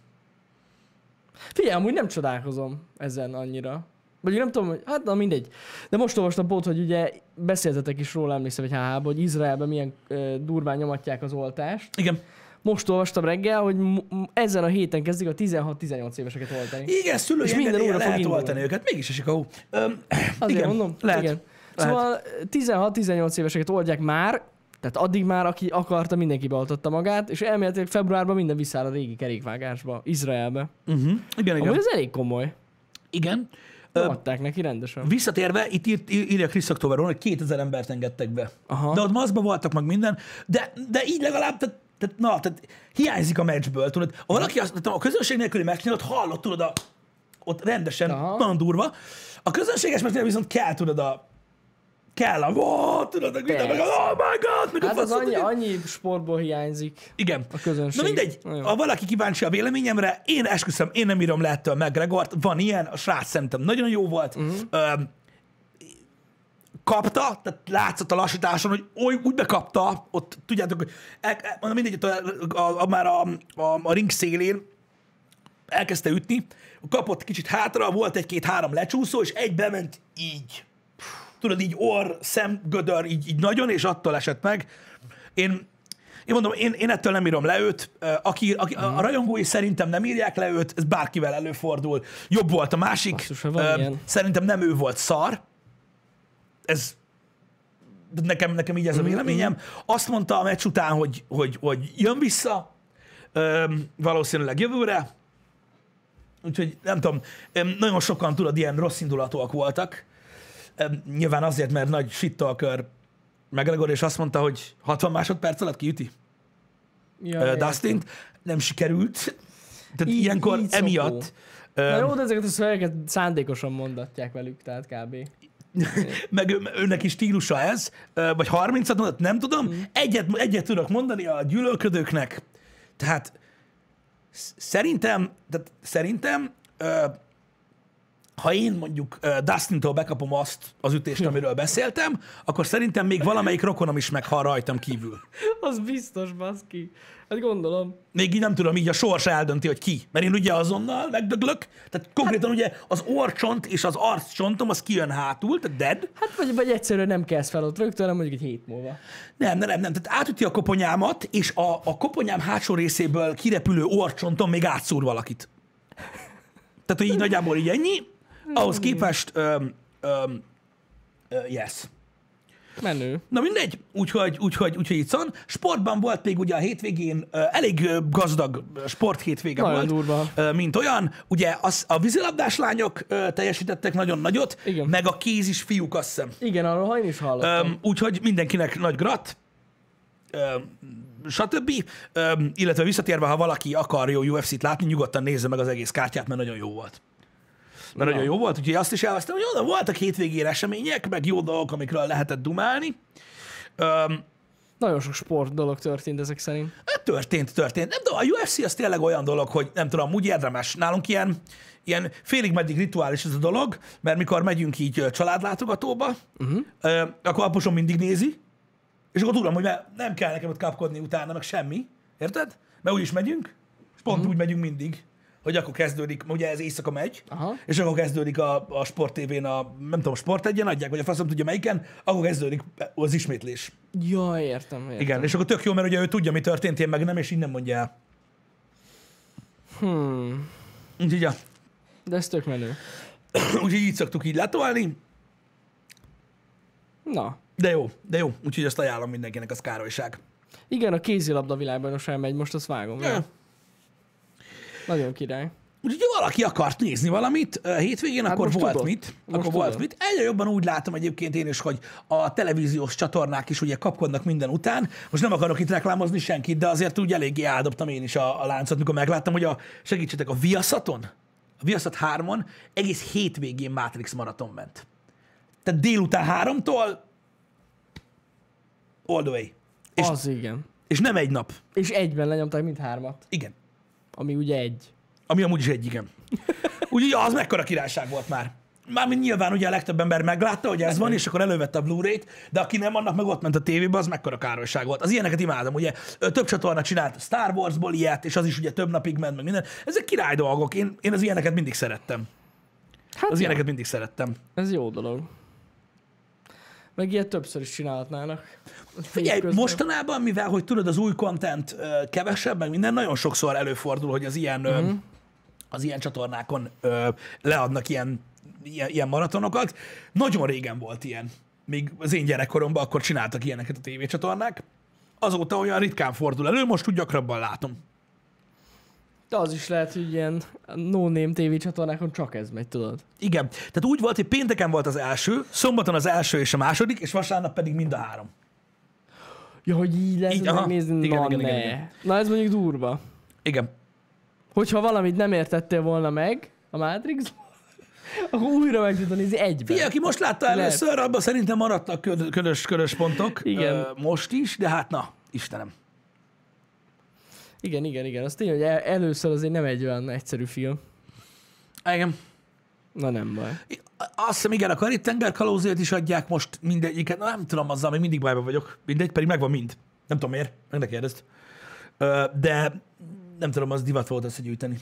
Speaker 2: Figyelj, amúgy nem csodálkozom ezen annyira. Vagy nem tudom, hogy, hát na mindegy. De most olvastam pont, hogy ugye beszéltetek is róla, emlékszem, hogy hh hogy Izraelben milyen ö, durván nyomatják az oltást.
Speaker 1: Igen.
Speaker 2: Most olvastam reggel, hogy m- m- ezen a héten kezdik a 16-18 éveseket oltani.
Speaker 1: Igen, szülői
Speaker 2: És minden
Speaker 1: engedélye
Speaker 2: óra fog
Speaker 1: lehet
Speaker 2: indulni.
Speaker 1: oltani őket. Mégis esik a hó. Öm,
Speaker 2: Azért igen, mondom.
Speaker 1: lehet.
Speaker 2: Igen. Szóval 16-18 éveseket oldják már, tehát addig már, aki akarta, mindenki beoltotta magát, és elméletileg februárban minden visszáll a régi kerékvágásba, Izraelbe.
Speaker 1: Uh-huh. Igen, igen.
Speaker 2: Amúgy ez elég komoly.
Speaker 1: igen.
Speaker 2: Nem adták neki rendesen.
Speaker 1: Visszatérve, itt írt, ír- írja Krisztok Toveron, hogy 2000 embert engedtek be.
Speaker 2: Aha.
Speaker 1: De ott maszkban voltak meg minden, de, de így legalább, tehát, tehát, na, tehát hiányzik a meccsből, tudod. Ha Valaki azt, tehát a közönség nélküli meccsnél ott hallott, tudod, a, ott rendesen,
Speaker 2: Aha.
Speaker 1: nagyon durva. A közönséges meccsnél viszont kell, tudod, a kell a, ó, tudod, meg minden, meg a, oh my god, meg
Speaker 2: Hát
Speaker 1: a
Speaker 2: az
Speaker 1: faszot,
Speaker 2: annyi,
Speaker 1: ugye?
Speaker 2: annyi sportból hiányzik.
Speaker 1: Igen. A
Speaker 2: közönség.
Speaker 1: Na mindegy,
Speaker 2: Na jó.
Speaker 1: ha valaki kíváncsi a véleményemre, én esküszöm, én nem írom le ettől meg Gregort, van ilyen, a srác szerintem nagyon jó volt,
Speaker 2: Mhm.
Speaker 1: Öm, kapta, tehát látszott a lassításon, hogy oly, úgy bekapta, ott tudjátok, hogy el, el- mondom, mindegy, ott a, a, a, már a, a, a ring szélén elkezdte ütni, kapott kicsit hátra, volt egy-két-három lecsúszó, és egy bement így tudod, így orr, szem, gödör, így, így nagyon, és attól esett meg. Én, én mondom, én, én ettől nem írom le őt. Ö, Aki, aki, a a rajongói szerintem nem írják le őt, ez bárkivel előfordul. Jobb volt a másik.
Speaker 2: Basszus, ha van
Speaker 1: Ö,
Speaker 2: ilyen.
Speaker 1: Szerintem nem ő volt szar. Ez de nekem, nekem így ez
Speaker 2: Mm-hmm.
Speaker 1: a véleményem. Azt mondta a meccs után, hogy, hogy, hogy jön vissza, öm, valószínűleg jövőre, úgyhogy nem tudom, öm, nagyon sokan tudod, ilyen rossz indulatúak voltak, Öm, nyilván azért, mert nagy sittalkör McGregor, és azt mondta, hogy 60 másodperc alatt kiüti
Speaker 2: Ja,
Speaker 1: ja,
Speaker 2: értem.
Speaker 1: Dustin, nem sikerült, tehát
Speaker 2: Így-
Speaker 1: ilyenkor
Speaker 2: így szokó.
Speaker 1: emiatt,
Speaker 2: Na
Speaker 1: öm,
Speaker 2: jó, de ezeket a szövegeket szándékosan mondatják velük, tehát kb.
Speaker 1: meg ő, őnek is stílusa ez, ö, vagy 30-at mondott, nem tudom,
Speaker 2: Hmm.
Speaker 1: egyet, egyet tudok mondani a gyűlölködőknek, tehát sz- szerintem, tehát szerintem ö, ha én mondjuk ö, Dustintól bekapom azt az
Speaker 2: Hm.
Speaker 1: ütést, amiről beszéltem, akkor szerintem még valamelyik rokonom is meghal rajtam kívül.
Speaker 2: Az biztos, baszki. Hát gondolom.
Speaker 1: Még így nem tudom, így a sors eldönti, hogy ki. Mert én ugye azonnal megdöglök, tehát konkrétan ugye az orcsont és az arccsontom az kijön hátul, tehát dead,
Speaker 2: Hát vagy, vagy egyszerűen nem kezd fel ott rögtön, hanem mondjuk egy hét múlva.
Speaker 1: Nem, nem, nem, nem. Tehát átüti a koponyámat, és a, a koponyám hátsó részéből kirepülő orcsonton még átszúr valakit. Tehát, hogy így nagyjából így ennyi. Ahhoz képest, öm, öm, ö, yes.
Speaker 2: Menő.
Speaker 1: Na mindegy, úgyhogy, úgyhogy, úgyhogy itt van. Sportban volt még ugye a hétvégén ö, elég ö, gazdag ö, sport hétvége
Speaker 2: Nagyon
Speaker 1: volt,
Speaker 2: durva.
Speaker 1: ö, mint olyan. Ugye az, a vízilabdás lányok ö, teljesítettek nagyon nagyot,
Speaker 2: Igen.
Speaker 1: meg a kézis fiúk azt hiszem.
Speaker 2: Igen, arról ha én is hallottam.
Speaker 1: Öm, úgyhogy mindenkinek nagy grat, öm, stb. Öm, illetve visszatérve, ha valaki akar jó UFC-t látni, nyugodtan nézze meg az egész kártyát, mert nagyon jó volt. Mert
Speaker 2: Na.
Speaker 1: nagyon jó volt, úgyhogy azt is elvesztem, hogy oda voltak hétvégére események, meg jó dolgok, amikről lehetett dumálni. Öm,
Speaker 2: Nagyon sok sport dolog történt ezek szerint.
Speaker 1: Hát történt, történt. Nem tudom, a UFC az tényleg olyan dolog, hogy nem tudom, úgy érdemes. Nálunk ilyen, ilyen félig meddig rituális ez a dolog, mert mikor megyünk így ö, családlátogatóba, uh-huh. ö, akkor apusom mindig nézi, és akkor tudom, hogy me- nem kell nekem ott kapkodni utána, meg semmi. Érted? Mert úgy is megyünk, és pont uh-huh. úgy megyünk mindig, hogy akkor kezdődik, ugye ez éjszaka megy,
Speaker 2: Aha.
Speaker 1: és akkor kezdődik a, a Sport TV-n, a, nem tudom, Sport egyen adják, vagy a faszom tudja melyiken, akkor kezdődik az ismétlés.
Speaker 2: Ja, értem, értem.
Speaker 1: Igen, és akkor tök jó, mert ugye ő tudja, mi történt, én meg nem, és innen mondja el.
Speaker 2: Hmm.
Speaker 1: Úgyhogy, ja.
Speaker 2: De ez tök menő.
Speaker 1: úgyhogy így szoktuk így látoálni,
Speaker 2: Na.
Speaker 1: de jó, de jó, úgyhogy azt ajánlom mindenkinek, az károlyság.
Speaker 2: Igen, a kézilabda világbajnokság megy, most azt vágom. Ja.
Speaker 1: Ja.
Speaker 2: Nagyon király.
Speaker 1: Úgyhogy ha valaki akart nézni valamit ö, hétvégén, hát akkor
Speaker 2: most
Speaker 1: volt
Speaker 2: tudod.
Speaker 1: mit.
Speaker 2: Most
Speaker 1: akkor volt
Speaker 2: tudod.
Speaker 1: mit. Egyre jobban úgy látom egyébként én is, hogy a televíziós csatornák is ugye kapkodnak minden után. Most nem akarok itt reklámozni senkit, de azért úgy eléggé áldobtam én is a, a láncot, mikor megláttam, hogy a, segítsetek, a Viaszaton, a Viaszat 3-on egész hétvégén Matrix maraton ment. Tehát délután háromtól all the way. És,
Speaker 2: Az igen.
Speaker 1: és nem egy nap.
Speaker 2: És egyben lenyomták mindhármat,
Speaker 1: Igen.
Speaker 2: ami ugye egy.
Speaker 1: Ami amúgy is egy igen. Úgyhogy az mekkora királyság volt már. Mármint nyilván ugye a legtöbb ember meglátta, hogy ez van, és akkor elővette a Blu-ray-t, de aki nem, annak meg ott ment a tévébe, az mekkora károlyság volt. Az ilyeneket imádom, ugye ö, több csatorna csinált Star Warsból ilyet, és az is ugye több napig ment, meg minden. Ezek király dolgok, én, én az ilyeneket mindig szerettem.
Speaker 2: Hát
Speaker 1: Az
Speaker 2: ja,
Speaker 1: ilyeneket mindig szerettem.
Speaker 2: ez jó dolog. Meg ilyet többször is csinálhatnának.
Speaker 1: Figyelj,
Speaker 2: Közben.
Speaker 1: mostanában, mivel, hogy tudod, az új content ö, kevesebb, meg minden, nagyon sokszor előfordul, hogy az ilyen, mm az ilyen csatornákon ö, leadnak ilyen, ilyen, ilyen maratonokat. Nagyon régen volt ilyen. Még az én gyerekkoromban akkor csináltak ilyeneket a tévécsatornák. Azóta olyan ritkán fordul elő, most úgy gyakrabban látom.
Speaker 2: De az is lehet, hogy ilyen no-name TV csatornákon csak ez megy, tudod?
Speaker 1: Igen. Tehát úgy volt, hogy pénteken volt az első, szombaton az első és a második, és vasárnap pedig mind a három.
Speaker 2: Ja, hogy így lehet
Speaker 1: Így,
Speaker 2: így,
Speaker 1: aha.
Speaker 2: megnézni,
Speaker 1: Igen,
Speaker 2: igen, na,
Speaker 1: igen,
Speaker 2: igen,
Speaker 1: igen,
Speaker 2: ne.
Speaker 1: igen.
Speaker 2: na ez mondjuk durva.
Speaker 1: Igen.
Speaker 2: Hogyha valamit nem értettél volna meg a Matrix, akkor újra meg tudod nézni egyben.
Speaker 1: Figyelj, aki most látta
Speaker 2: Lehet.
Speaker 1: először, abban szerintem maradtak köd- ködös, ködös pontok.
Speaker 2: Igen.
Speaker 1: Ö, most is, de hát na, Istenem.
Speaker 2: Igen, igen, igen. Az tény, hogy el- először azért nem egy olyan egyszerű film.
Speaker 1: Igen.
Speaker 2: Na nem baj.
Speaker 1: Azt hiszem, igen, a Karit tengerkalózért is adják most mindegyiket. Na, nem tudom, azzal még mindig bajban vagyok. Mindegy, pedig megvan mind. Nem tudom miért, meg ne kérdezt. Ö, de nem tudom, az divat volt összegyűjteni.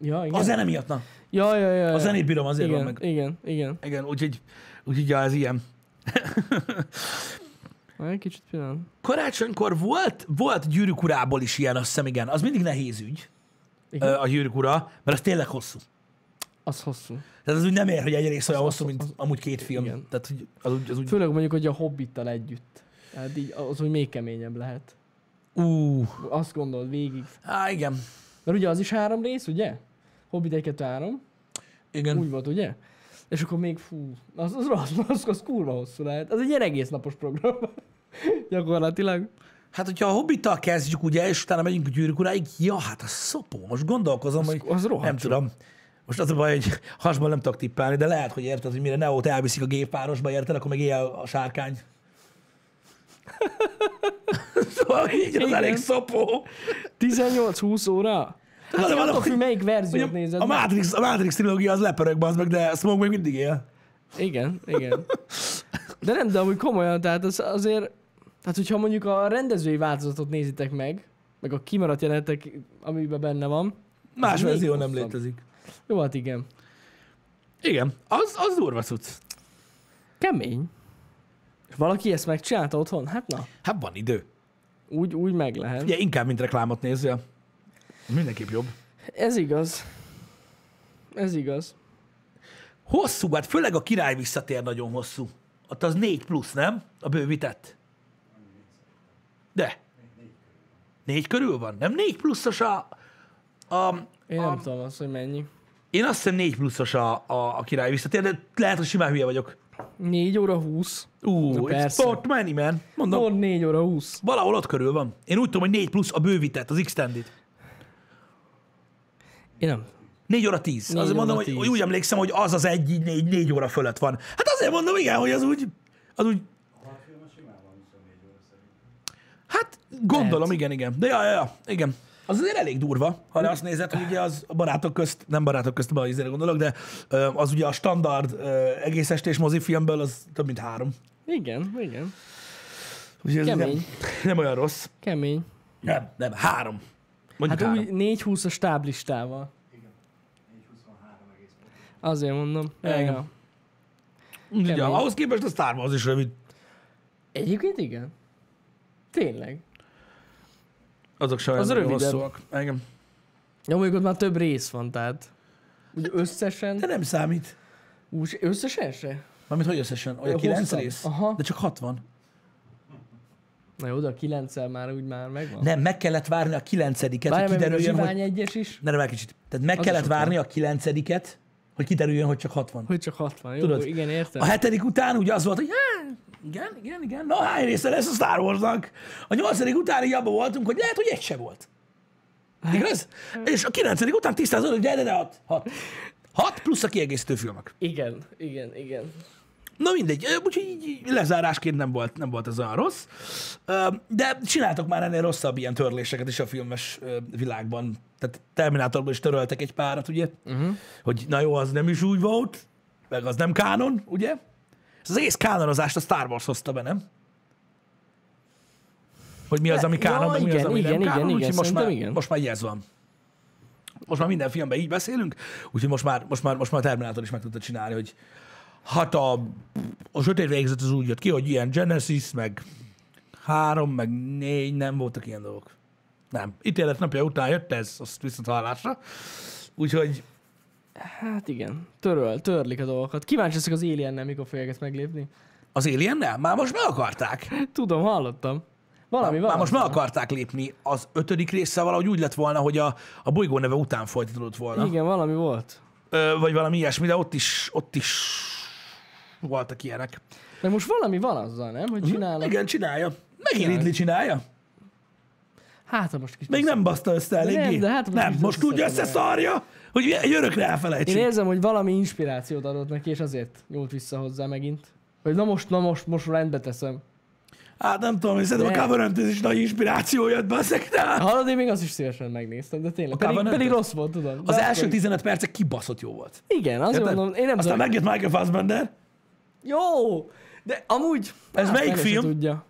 Speaker 2: Ja, igen.
Speaker 1: A zene miatt, na.
Speaker 2: ja, ja, ja, ja.
Speaker 1: A zenét bírom, azért
Speaker 2: igen,
Speaker 1: van meg.
Speaker 2: igen, igen.
Speaker 1: Igen, úgyhogy, úgyhogy ja, ez ilyen.
Speaker 2: Na, Egy kicsit pillanat.
Speaker 1: Karácsonykor volt, volt gyűrűk urából is ilyen, azt hiszem, igen. Az mindig nehéz ügy,
Speaker 2: Igen.
Speaker 1: ö, a gyűrűk ura, mert az tényleg hosszú.
Speaker 2: Az hosszú.
Speaker 1: Tehát az úgy nem ér, hogy egy rész olyan hosszú, mint amúgy két film. Igen.
Speaker 2: igen.
Speaker 1: Tehát hogy az úgy, az úgy...
Speaker 2: Főleg mondjuk, hogy a Hobbittal együtt. Hát így az, hogy még keményebb lehet.
Speaker 1: Ú,
Speaker 2: Azt gondolod végig.
Speaker 1: á, igen.
Speaker 2: Mert ugye az is három rész, ugye? Hobbit 1, 2, 3.
Speaker 1: Igen.
Speaker 2: Úgy volt, ugye? És akkor még fú, az, az rossz, az, az kurva hosszú lehet. Az egy ilyen egész napos program. Gyakorlatilag.
Speaker 1: Hát, hogyha a hobbittal kezdjük, ugye, és utána megyünk a gyűrűk uráig, ja, hát a szopó. Most gondolkozom, hogy
Speaker 2: az rohadt
Speaker 1: nem
Speaker 2: jó.
Speaker 1: tudom. Most az a baj, hogy hasban nem tudok tippelni, de lehet, hogy érted, hogy mire Neót elviszik a gépárosba, érted, akkor meg éjjel a sárkány. szóval így az
Speaker 2: Igen.
Speaker 1: elég szopó.
Speaker 2: 18-20 óra? Hát
Speaker 1: Tudod,
Speaker 2: attól
Speaker 1: valahogy-
Speaker 2: függ, melyik verziót
Speaker 1: Ugye,
Speaker 2: nézed.
Speaker 1: a,
Speaker 2: meg.
Speaker 1: Matrix, a Matrix trilógia az lepörög, az meg, de Smoke még mindig él.
Speaker 2: Igen, igen. De nem, de amúgy komolyan, tehát az azért, tehát hogyha mondjuk a rendezői változatot nézitek meg, meg a kimaradt jelenetek, amiben benne van,
Speaker 1: Más
Speaker 2: Ez még
Speaker 1: verzió nem
Speaker 2: hosszabb.
Speaker 1: létezik.
Speaker 2: jó, hát igen.
Speaker 1: Igen, az, az durva cucc.
Speaker 2: Kemény. És valaki ezt megcsinálta otthon? Hát na,
Speaker 1: Hát van idő.
Speaker 2: úgy, úgy meg lehet.
Speaker 1: Ugye inkább, mint reklámot nézzél. Mindenképp jobb.
Speaker 2: Ez igaz. Ez igaz.
Speaker 1: Hosszú, hát főleg a király visszatér nagyon hosszú. Ott az 4 plusz, nem? A bővített. De. Négy körül van, nem? Négy pluszos a... a
Speaker 2: Én nem tudom azt, hogy mennyi.
Speaker 1: én azt hiszem négy pluszos a, a, a király visszatér, de lehet, hogy simán hülye vagyok.
Speaker 2: 4 óra 20. Na
Speaker 1: Ú, it's
Speaker 2: persze.
Speaker 1: sport money, man. Mondom,
Speaker 2: Pont 4 óra 20.
Speaker 1: valahol ott körül van. Én úgy tudom, hogy négy plusz a bővített, az extended.
Speaker 2: Én nem.
Speaker 1: 4 óra 10.
Speaker 2: Négy
Speaker 1: Azért
Speaker 2: óra
Speaker 1: mondom, hogy,
Speaker 2: 10.
Speaker 1: hogy úgy emlékszem, hogy az az egy, így négy, négy óra fölött van. Hát azért mondom, igen, hogy az úgy, az úgy Hát gondolom,
Speaker 2: Lehet.
Speaker 1: igen, igen. De ja, ja, ja, igen. Az azért elég durva, ha le azt nézed, hogy ugye az a barátok közt, nem barátok közt, bár izére gondolok, de ö, az ugye a standard ö, egész estés mozifilmből az több mint három.
Speaker 2: Igen, igen.
Speaker 1: Úgyhogy ez nem,
Speaker 2: Kemény.
Speaker 1: nem olyan rossz.
Speaker 2: Kemény.
Speaker 1: Nem, nem, három. Mondjuk
Speaker 2: Hát
Speaker 1: hát három.
Speaker 2: úgy 4-20-as táblistával. Azért mondom.
Speaker 1: Igen.
Speaker 2: Ja.
Speaker 1: Úgy, ugye,
Speaker 2: kemény.
Speaker 1: ahhoz képest a Star Wars is rövid.
Speaker 2: Egyébként igen. Tényleg.
Speaker 1: Azok sajnos
Speaker 2: Az
Speaker 1: nagyon
Speaker 2: rövidebb.
Speaker 1: hosszúak. Igen.
Speaker 2: Ja, mondjuk ott már több rész van, tehát. Hát- Ugye összesen?
Speaker 1: De nem számít.
Speaker 2: Úgy, összesen se?
Speaker 1: Mármint hogy összesen? Olyan
Speaker 2: Ö,
Speaker 1: 9
Speaker 2: hosszabb.
Speaker 1: rész?
Speaker 2: Aha.
Speaker 1: De csak 60.
Speaker 2: Na jó, de a 9 már úgy már megvan.
Speaker 1: Nem, meg kellett várni a 9-et, hogy
Speaker 2: Várjál, mert még a
Speaker 1: kiderüljön, hogy...
Speaker 2: Zsivány egyes is,
Speaker 1: Ne, nem, egy kicsit. Tehát meg
Speaker 2: Az is
Speaker 1: kellett
Speaker 2: ott van.
Speaker 1: várni a 9-et, hogy kiderüljön, hogy csak 60.
Speaker 2: hogy csak 60. Jó,
Speaker 1: Tudod,
Speaker 2: Tudod, igen, értem.
Speaker 1: A hetedik után ugye az volt, hogy "Há, igen, igen, igen, na hány része lesz a Star Warsnak? A nyolcadik után így abban voltunk, hogy lehet, hogy egy se volt.
Speaker 2: Hát-
Speaker 1: Igaz? És a kilencedik után tisztázod, hogy de, de, de hat, hat. Hat plusz a kiegészítő filmek.
Speaker 2: Igen, igen, igen.
Speaker 1: Na mindegy, ö, úgyhogy így- így lezárásként nem volt, nem volt ez olyan rossz. Ö, De csináltak már ennél rosszabb ilyen törléseket is a filmes ö, világban. Tehát Terminátorban is töröltek egy párat, ugye?
Speaker 2: Mhm.
Speaker 1: Uh-huh. Hogy na jó, az nem is úgy volt, meg az nem kánon, ugye? Ez az egész kánonozást a Star Wars hozta be, nem? Hogy mi az, ami
Speaker 2: Ja,
Speaker 1: kánon, meg mi az,
Speaker 2: igen,
Speaker 1: ami
Speaker 2: igen,
Speaker 1: nem
Speaker 2: igen,
Speaker 1: kánon,
Speaker 2: igen,
Speaker 1: úgyhogy most már,
Speaker 2: szerintem igen.
Speaker 1: most már így ez van. Most már minden filmben így beszélünk, úgyhogy most már, most már, most már a Terminátor is meg tudta csinálni, hogy hát a, a sötét végzet az úgy jött ki, hogy ilyen Genesis, meg három, meg négy, nem voltak ilyen dolgok. Nem. Ítélet napja után jött ez, azt viszont hallásra. Úgyhogy
Speaker 2: Hát igen, töröl, törlik a dolgokat. Kíváncsi leszek az Alien-nel, mikor fogják ezt meglépni.
Speaker 1: az Alien-nel már most meg akarták.
Speaker 2: Tudom, hallottam. Valami,
Speaker 1: Már
Speaker 2: valami.
Speaker 1: most meg akarták lépni az ötödik része valahogy úgy lett volna, hogy a, a bolygó neve után folytatódott volna.
Speaker 2: Igen, valami volt.
Speaker 1: Ö, vagy valami ilyesmi, de ott is, ott is voltak ilyenek.
Speaker 2: De most valami van azzal, nem? Hogy csinálnak.
Speaker 1: Mhm. Igen, csinálja. Megint
Speaker 2: Csinálja.
Speaker 1: Ridley csinálja.
Speaker 2: Hát, ha most kicsit.
Speaker 1: Még nem baszta össze eléggé.
Speaker 2: Nem, de hát most
Speaker 1: nem
Speaker 2: is
Speaker 1: most úgy
Speaker 2: összeszedve.
Speaker 1: összeszarja, hogy egy örökre
Speaker 2: Én
Speaker 1: elfelejtsük.
Speaker 2: érzem, hogy valami inspirációt adott neki, és azért nyúlt vissza hozzá megint. Hogy na most, na most, most rendbe teszem.
Speaker 1: Hát nem tudom, hogy szerintem a
Speaker 2: Ne.
Speaker 1: Covenant is nagy inspiráció jött be ezek, de...
Speaker 2: Hallod, én még azt is szívesen megnéztem, de tényleg. Pedig,
Speaker 1: Covenant-et?
Speaker 2: pedig rossz volt, tudom. De
Speaker 1: Az
Speaker 2: akkor
Speaker 1: első
Speaker 2: is-
Speaker 1: 15 percek kibaszott jó volt.
Speaker 2: Igen, azt
Speaker 1: Érted?
Speaker 2: mondom, én nem
Speaker 1: Aztán
Speaker 2: tudom.
Speaker 1: megjött Michael Fassbender,
Speaker 2: Jó! De amúgy...
Speaker 1: Ez melyik
Speaker 2: meg se
Speaker 1: film?
Speaker 2: Tudja.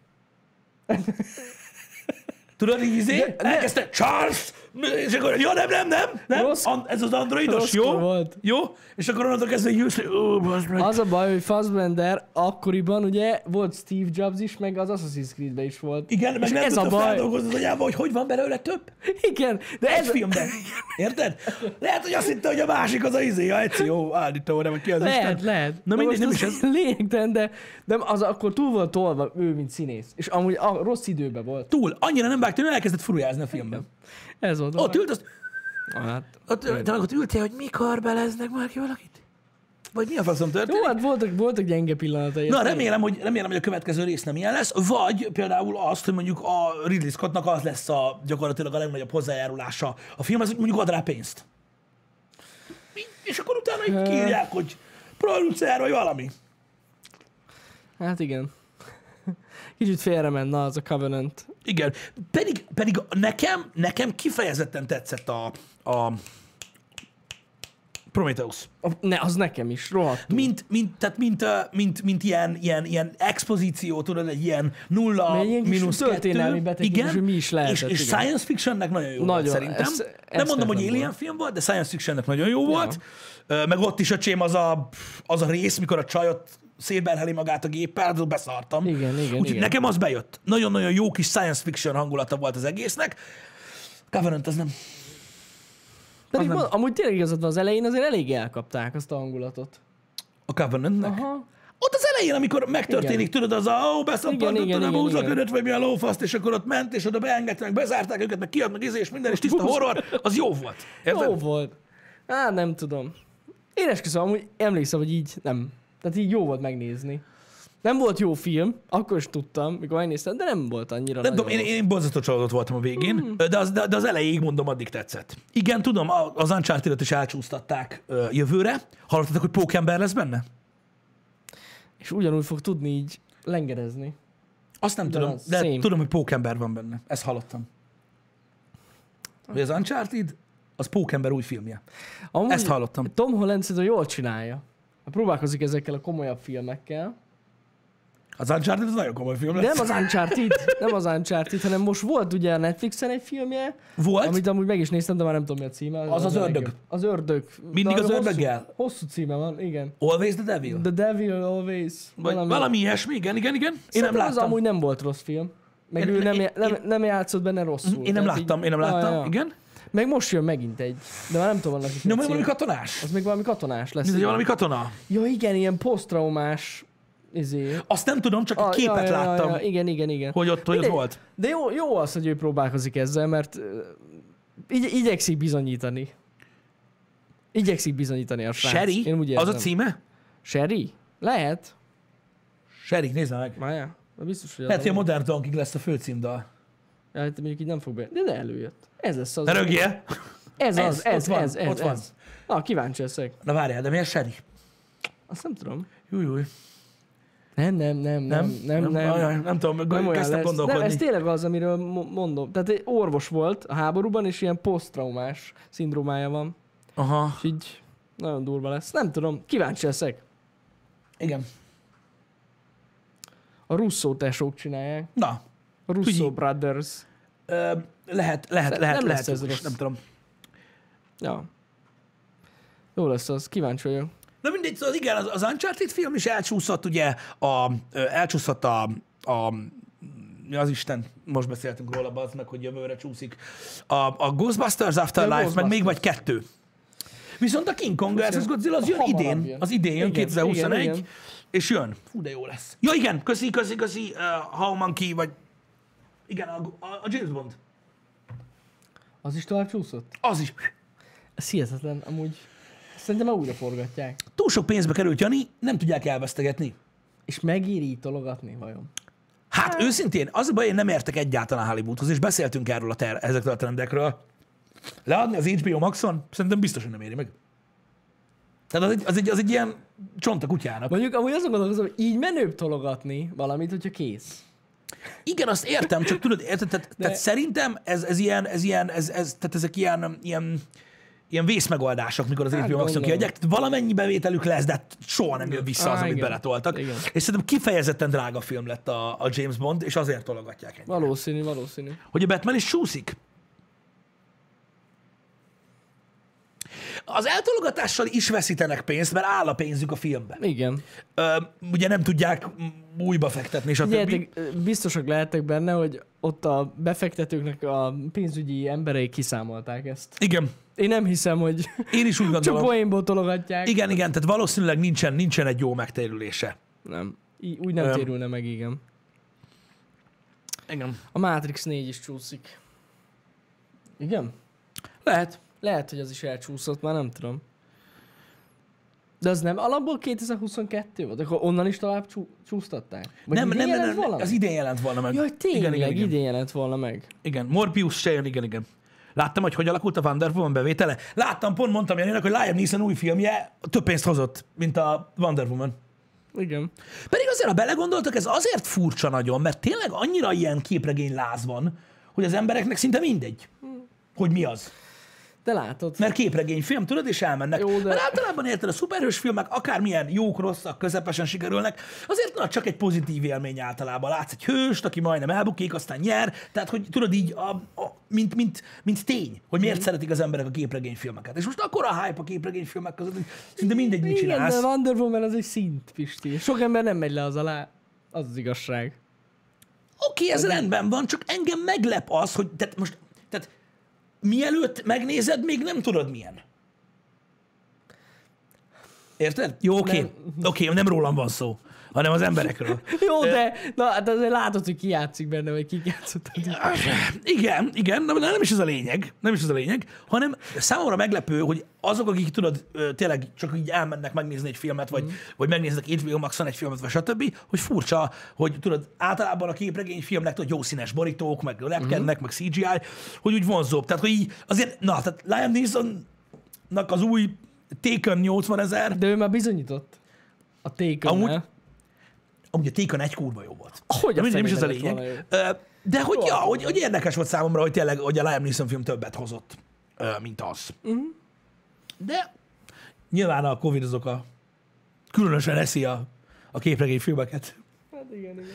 Speaker 1: tudod, így izé,
Speaker 2: De- de-
Speaker 1: elkezdte Charles, és akkor, ja, nem, nem, nem, nem,
Speaker 2: Rossz-
Speaker 1: an, ez az androidos,
Speaker 2: rosszkor
Speaker 1: jó?
Speaker 2: volt.
Speaker 1: Jó? És akkor onnantól kezdve így jössz, ó, bazd meg.
Speaker 2: Az a baj, hogy Fassbender akkoriban ugye volt Steve Jobs is, meg az Assassin's Creedben is volt.
Speaker 1: Igen, meg
Speaker 2: És
Speaker 1: nem
Speaker 2: ez a
Speaker 1: tudta
Speaker 2: baj.
Speaker 1: feldolgozni az agyába, hogy hogy van belőle több.
Speaker 2: Igen, de
Speaker 1: Egy
Speaker 2: ez,
Speaker 1: filmben. Érted? Lehet, hogy azt hitte, hogy a másik az a izé, a Eci, jó, állító, nem, ki az
Speaker 2: Lehet,
Speaker 1: Isten.
Speaker 2: lehet.
Speaker 1: Na mindegy, nem
Speaker 2: most
Speaker 1: is ez.
Speaker 2: Lényegtelen, de, de az akkor túl volt tolva ő, mint színész. És amúgy a rossz időben volt.
Speaker 1: Túl, annyira nem vágta, hogy elkezdett furujázni a filmben.
Speaker 2: Ez volt.
Speaker 1: Ott ült, azt,
Speaker 2: hát.
Speaker 1: ott, te meg ott ültél, hogy mikor beleznek már ki valakit? Vagy mi a faszom történt?
Speaker 2: Jó, hát voltak, voltak gyenge pillanatai.
Speaker 1: Na, remélem hogy, remélem, hogy a következő rész nem ilyen lesz, vagy például azt, hogy mondjuk a Ridley Scottnak az lesz a gyakorlatilag a legnagyobb hozzájárulása a filmhez, hogy mondjuk ad rá pénzt. Így, És akkor utána így kiírják, hogy producer vagy valami.
Speaker 2: Hát igen. Kicsit félrement, na az a Covenant.
Speaker 1: Igen. Pedig, pedig nekem, nekem kifejezetten tetszett a, a Prometheus.
Speaker 2: A, ne, az nekem is, rohadt.
Speaker 1: Mint, mint, tehát mint, ö, mint, mint ilyen, ilyen, ilyen expozíció, tudod, egy ilyen nulla,
Speaker 2: Egy ilyen kis
Speaker 1: mínusz
Speaker 2: történelmi
Speaker 1: kettő.
Speaker 2: betekintés, hogy mi is
Speaker 1: és,
Speaker 2: lehetett,
Speaker 1: és
Speaker 2: igen.
Speaker 1: science fictionnek nagyon jó
Speaker 2: Nagyon,
Speaker 1: volt szerintem.
Speaker 2: ez-
Speaker 1: Ez,
Speaker 2: ez
Speaker 1: nem mondom, hogy
Speaker 2: szerintem
Speaker 1: Alien
Speaker 2: volt.
Speaker 1: film volt, de science fictionnek nagyon jó volt. Ö, Meg ott is öcsém az a, az a rész, mikor a csajot szétberheli magát a géppel, azon beszartam.
Speaker 2: Igen, igen,
Speaker 1: Úgyhogy
Speaker 2: igen.
Speaker 1: nekem az bejött. Nagyon-nagyon jó kis science fiction hangulata volt az egésznek. Covenant az nem.
Speaker 2: Pedig
Speaker 1: nem.
Speaker 2: mond, amúgy tényleg igazad van, az elején azért elég elkapták azt a hangulatot.
Speaker 1: A Covenantnek?
Speaker 2: Aha.
Speaker 1: Ott az elején, amikor megtörténik, tudod, az a ó,
Speaker 2: Igen, igen,
Speaker 1: beszappantott a
Speaker 2: igen,
Speaker 1: múza
Speaker 2: igen.
Speaker 1: körött, vagy mi a lófaszt, és akkor ott ment, és oda beengedtek, meg bezárták őket, meg kiadnak izé, és minden, és tiszta horror, az jó volt. Érted?
Speaker 2: Jó volt. Á, nem tudom. Én esküszöm, amúgy emlékszem, hogy így nem. Tehát így jó volt megnézni. Nem volt jó film, akkor is tudtam, mikor megnéztem, de nem volt annyira
Speaker 1: Nem
Speaker 2: nagyon Mhm.
Speaker 1: tudom, én,
Speaker 2: rossz.
Speaker 1: én bonzató csalódott voltam a végén, de, az, de, de az elejéig mondom, addig tetszett. Igen, tudom, a- az uncharted is elcsúsztatták ö, jövőre. Hallottatok, hogy pókember lesz benne?
Speaker 2: És ugyanúgy fog tudni így lengerezni.
Speaker 1: Azt nem
Speaker 2: De
Speaker 1: tudom,
Speaker 2: az
Speaker 1: de
Speaker 2: same.
Speaker 1: tudom, hogy pókember van benne. Ezt hallottam. Hogy az Uncharted, az pókember új filmje.
Speaker 2: Amúgy
Speaker 1: Ezt hallottam.
Speaker 2: Tom Holland szerintem jól csinálja. Hát Próbálkozik ezekkel a komolyabb filmekkel.
Speaker 1: Az Uncharted az nagyon komoly film
Speaker 2: De
Speaker 1: lesz.
Speaker 2: nem az Uncharted, nem az Uncharted, hanem most volt ugye a Netflixen egy filmje,
Speaker 1: Volt.
Speaker 2: amit amúgy meg is néztem, de már nem tudom mi a címe.
Speaker 1: Az az
Speaker 2: a
Speaker 1: ördög.
Speaker 2: legjobb. Az ördög.
Speaker 1: Mindig
Speaker 2: De
Speaker 1: az
Speaker 2: hosszú-
Speaker 1: ördöggel?
Speaker 2: Hosszú címe van, igen.
Speaker 1: Always the Devil?
Speaker 2: The Devil Always.
Speaker 1: Vagy valami, valami ilyesmi, igen, igen, igen. Én nem
Speaker 2: Szerintem az
Speaker 1: láttam.
Speaker 2: amúgy nem volt rossz film. Meg
Speaker 1: Én-
Speaker 2: én, ő nem,
Speaker 1: én- Mhm,
Speaker 2: én, nem, nem játszott benne rosszul.
Speaker 1: Én nem
Speaker 2: tehát
Speaker 1: láttam, én nem
Speaker 2: Ja,
Speaker 1: láttam,
Speaker 2: ja, ja.
Speaker 1: igen.
Speaker 2: Meg most jön megint egy, de már nem tudom annak is mi
Speaker 1: Nem
Speaker 2: a
Speaker 1: valami
Speaker 2: címe.
Speaker 1: katonás?
Speaker 2: Az még valami katonás lesz.
Speaker 1: Ez egy
Speaker 2: igen.
Speaker 1: valami katona?
Speaker 2: Ja igen, ilyen posztraumás izé.
Speaker 1: Azt nem tudom, csak egy képet láttam,
Speaker 2: Igen, igen, igen.
Speaker 1: hogy ott hogy ott
Speaker 2: Mindegy.
Speaker 1: volt.
Speaker 2: De jó, jó az, hogy ő próbálkozik ezzel, mert uh, igy- igyekszik bizonyítani. Igyekszik bizonyítani a srác. Én úgy
Speaker 1: Sherry? Az
Speaker 2: érzem.
Speaker 1: a címe?
Speaker 2: Sherry? Lehet.
Speaker 1: Sherry, nézd meg.
Speaker 2: Várjál. De biztos, hogy az
Speaker 1: Lehet, hogy a
Speaker 2: a...
Speaker 1: Modern Donkey lesz a főcímdal.
Speaker 2: Ja, hát mondjuk így nem fog be. De, de előjött. Ez lesz az.
Speaker 1: Rögje?
Speaker 2: Ez
Speaker 1: Ez,
Speaker 2: az, ez,
Speaker 1: ott van,
Speaker 2: ez, ez,
Speaker 1: ott
Speaker 2: ez,
Speaker 1: van.
Speaker 2: ez. Na, kíváncsi leszek.
Speaker 1: Na várjál, de miért Sherry?
Speaker 2: Azt nem tudom.
Speaker 1: Júj, júj.
Speaker 2: Nem, nem, nem, nem, nem, nem.
Speaker 1: Nem,
Speaker 2: nem.
Speaker 1: ajaj, nem tudom,
Speaker 2: Nem
Speaker 1: nem
Speaker 2: olyan
Speaker 1: kezdtem
Speaker 2: lesz. Nem, ez
Speaker 1: gondolkodni.
Speaker 2: tényleg az, amiről mo- mondom. Tehát egy orvos volt a háborúban, és ilyen posztraumás szindrómája van.
Speaker 1: Aha.
Speaker 2: És így nagyon durva lesz. Nem tudom, kíváncsi leszek.
Speaker 1: Igen.
Speaker 2: A Russo tesók csinálják.
Speaker 1: Na,
Speaker 2: A Russo
Speaker 1: Figyelj.
Speaker 2: Brothers.
Speaker 1: ö, lehet, lehet,
Speaker 2: Nem
Speaker 1: lehet,
Speaker 2: lesz
Speaker 1: lehet.
Speaker 2: ez
Speaker 1: jogos,
Speaker 2: rossz.
Speaker 1: Nem tudom.
Speaker 2: Ja. Jó lesz az, kíváncsi vagyok.
Speaker 1: Na mindegy, szóval igen, az, az Uncharted film is elcsúszott, ugye, a, ö, elcsúszott a, a mi az Isten, most beszéltünk róla, az meg, hogy jövőre csúszik. A, a Ghostbusters Afterlife,
Speaker 2: Ja,
Speaker 1: meg még vagy kettő. Viszont a King Kong vs. Godzilla az jön
Speaker 2: hamarabb
Speaker 1: idén,
Speaker 2: jön.
Speaker 1: az idén jön,
Speaker 2: Igen,
Speaker 1: 2021,
Speaker 2: igen, igen.
Speaker 1: és jön. Fú, de jó lesz. Ja, igen, köszi, köszi, köszi, uh, How Monkey, vagy igen, a, a, a James Bond.
Speaker 2: Az is tovább csúszott?
Speaker 1: Az is.
Speaker 2: Ez hihetetlen, amúgy. Szerintem már újra forgatják.
Speaker 1: Túl sok pénzbe került, Jani, nem tudják elvesztegetni.
Speaker 2: És megéri így tologatni, vajon?
Speaker 1: Hát őszintén, az a baj, én nem értek egyáltalán Hollywoodhoz, és beszéltünk erről a ter- ezekről a trendekről. Leadni az HBO Maxon, szerintem biztos, hogy nem éri meg. Tehát az egy, az egy, az egy ilyen csont a kutyának.
Speaker 2: Mondjuk amúgy azon gondolkozom, hogy így menőbb tologatni valamit, hogyha kész.
Speaker 1: Igen, azt értem, csak tudod, érted, tehát, tehát szerintem ez, ez ilyen, ez ilyen, ez, ez, tehát ezek ilyen, ilyen, ilyen vészmegoldások, mikor az
Speaker 2: Hát
Speaker 1: HBO Maxon
Speaker 2: gondolom.
Speaker 1: kiadják, Tehát valamennyi bevételük lesz, de hát soha nem jön vissza az,
Speaker 2: Á,
Speaker 1: amit
Speaker 2: igen.
Speaker 1: beletoltak.
Speaker 2: Igen.
Speaker 1: És szerintem kifejezetten drága film lett a, a James Bond, és azért tologatják ennyire.
Speaker 2: Valószínű, valószínű.
Speaker 1: hogy a Batman is csúszik. Az eltologatással is veszítenek pénzt, mert áll a pénzük a filmbe.
Speaker 2: Igen.
Speaker 1: Ö, ugye nem tudják mm, újba fektetni, és a többi.
Speaker 2: Figyeljetek, hát, biztosak lehetek benne, hogy ott a befektetőknek a pénzügyi emberei kiszámolták ezt.
Speaker 1: Igen,
Speaker 2: Én nem hiszem, hogy
Speaker 1: én is úgy
Speaker 2: csak
Speaker 1: gondolom.
Speaker 2: poénból tologatják.
Speaker 1: Igen, igen, tehát valószínűleg nincsen, nincsen egy jó megtérülése.
Speaker 2: Nem. Í- úgy nem
Speaker 1: Nem.
Speaker 2: térülne meg, igen.
Speaker 1: Igen.
Speaker 2: A Matrix 4 is csúszik. Igen?
Speaker 1: Lehet.
Speaker 2: Lehet, hogy az is elcsúszott, már nem tudom. De az nem alapból 2022 volt? Akkor onnan is tovább csú- csúsztatták? Vagy
Speaker 1: nem,
Speaker 2: idén
Speaker 1: nem, nem,
Speaker 2: jelent
Speaker 1: nem,
Speaker 2: valami?
Speaker 1: az idén jelent volna meg.
Speaker 2: Jaj, tényleg,
Speaker 1: igen, igen, igen.
Speaker 2: idén jelent volna meg.
Speaker 1: igen. Morbius se jön, igen, igen. Láttam, hogy hogy alakult a Wonder Woman bevétele? Láttam, pont mondtam Janinak, hogy Liam Neeson új filmje több pénzt hozott, mint a Wonder Woman.
Speaker 2: Igen.
Speaker 1: Pedig azért, ha belegondoltak, ez azért furcsa nagyon, mert tényleg annyira ilyen képregény láz van, hogy az embereknek szinte mindegy, hogy mi az.
Speaker 2: De látod,
Speaker 1: Mert képregény film, tudod, és elmennek.
Speaker 2: Jó,
Speaker 1: Jó,
Speaker 2: de-
Speaker 1: de... Mert általában érted, a szuperhős filmek akármilyen jók, rosszak, közepesen sikerülnek, azért na, csak egy pozitív élmény általában. Látsz egy hőst, aki majdnem elbukik, aztán nyer, tehát hogy tudod így, a, a, mint, mint, mint, tény, hogy miért szeretik az emberek a képregényfilmeket. És most akkora hype a képregényfilmek között, hogy szinte mindegy, mit
Speaker 2: Igen, de
Speaker 1: csinálsz.
Speaker 2: Wonder Woman az egy szint, Pisti. Sok ember nem megy le az alá. Az az igazság.
Speaker 1: Oké, ez rendben van, csak engem meglep az, hogy tehát most, tehát mielőtt megnézed, még nem tudod milyen. Érted? Jó, oké.
Speaker 2: Nem.
Speaker 1: Oké, nem rólam van szó, hanem az emberekről.
Speaker 2: Jó, de na, hát azért látod, hogy ki játszik benne, vagy ki játszott.
Speaker 1: Igen, igen, de nem is ez a lényeg, nem is ez a lényeg, hanem számomra meglepő, hogy azok, akik tudod, ö, tényleg csak így elmennek megnézni egy filmet, vagy, mm. vagy megnéznek HBO Maxon egy filmet, vagy stb., hogy furcsa, hogy tudod, általában a képregény filmnek tudod, jó színes borítók, meg lepkednek, mm. meg CGI, hogy úgy vonzóbb. Tehát, hogy így azért, na, tehát Liam Neesonnak az új Taken 80 ezer,
Speaker 2: De ő már bizonyított. A
Speaker 1: Amúgy-
Speaker 2: tékönnel.
Speaker 1: amúgy a Taken egy kurva jó volt.
Speaker 2: Hogy
Speaker 1: De
Speaker 2: a
Speaker 1: mindegy, nem is ez a
Speaker 2: fenében lett
Speaker 1: lényeg.
Speaker 2: volna jó?
Speaker 1: Ö, De hogy,
Speaker 2: Jó,
Speaker 1: ja,
Speaker 2: akkor
Speaker 1: hogy, hogy érdekes volt számomra, hogy tényleg hogy a Liam Neeson film többet hozott, ö, mint az. De nyilván a Covid az oka. Különösen eszi a, a képregény filmeket.
Speaker 2: Hát igen, igen.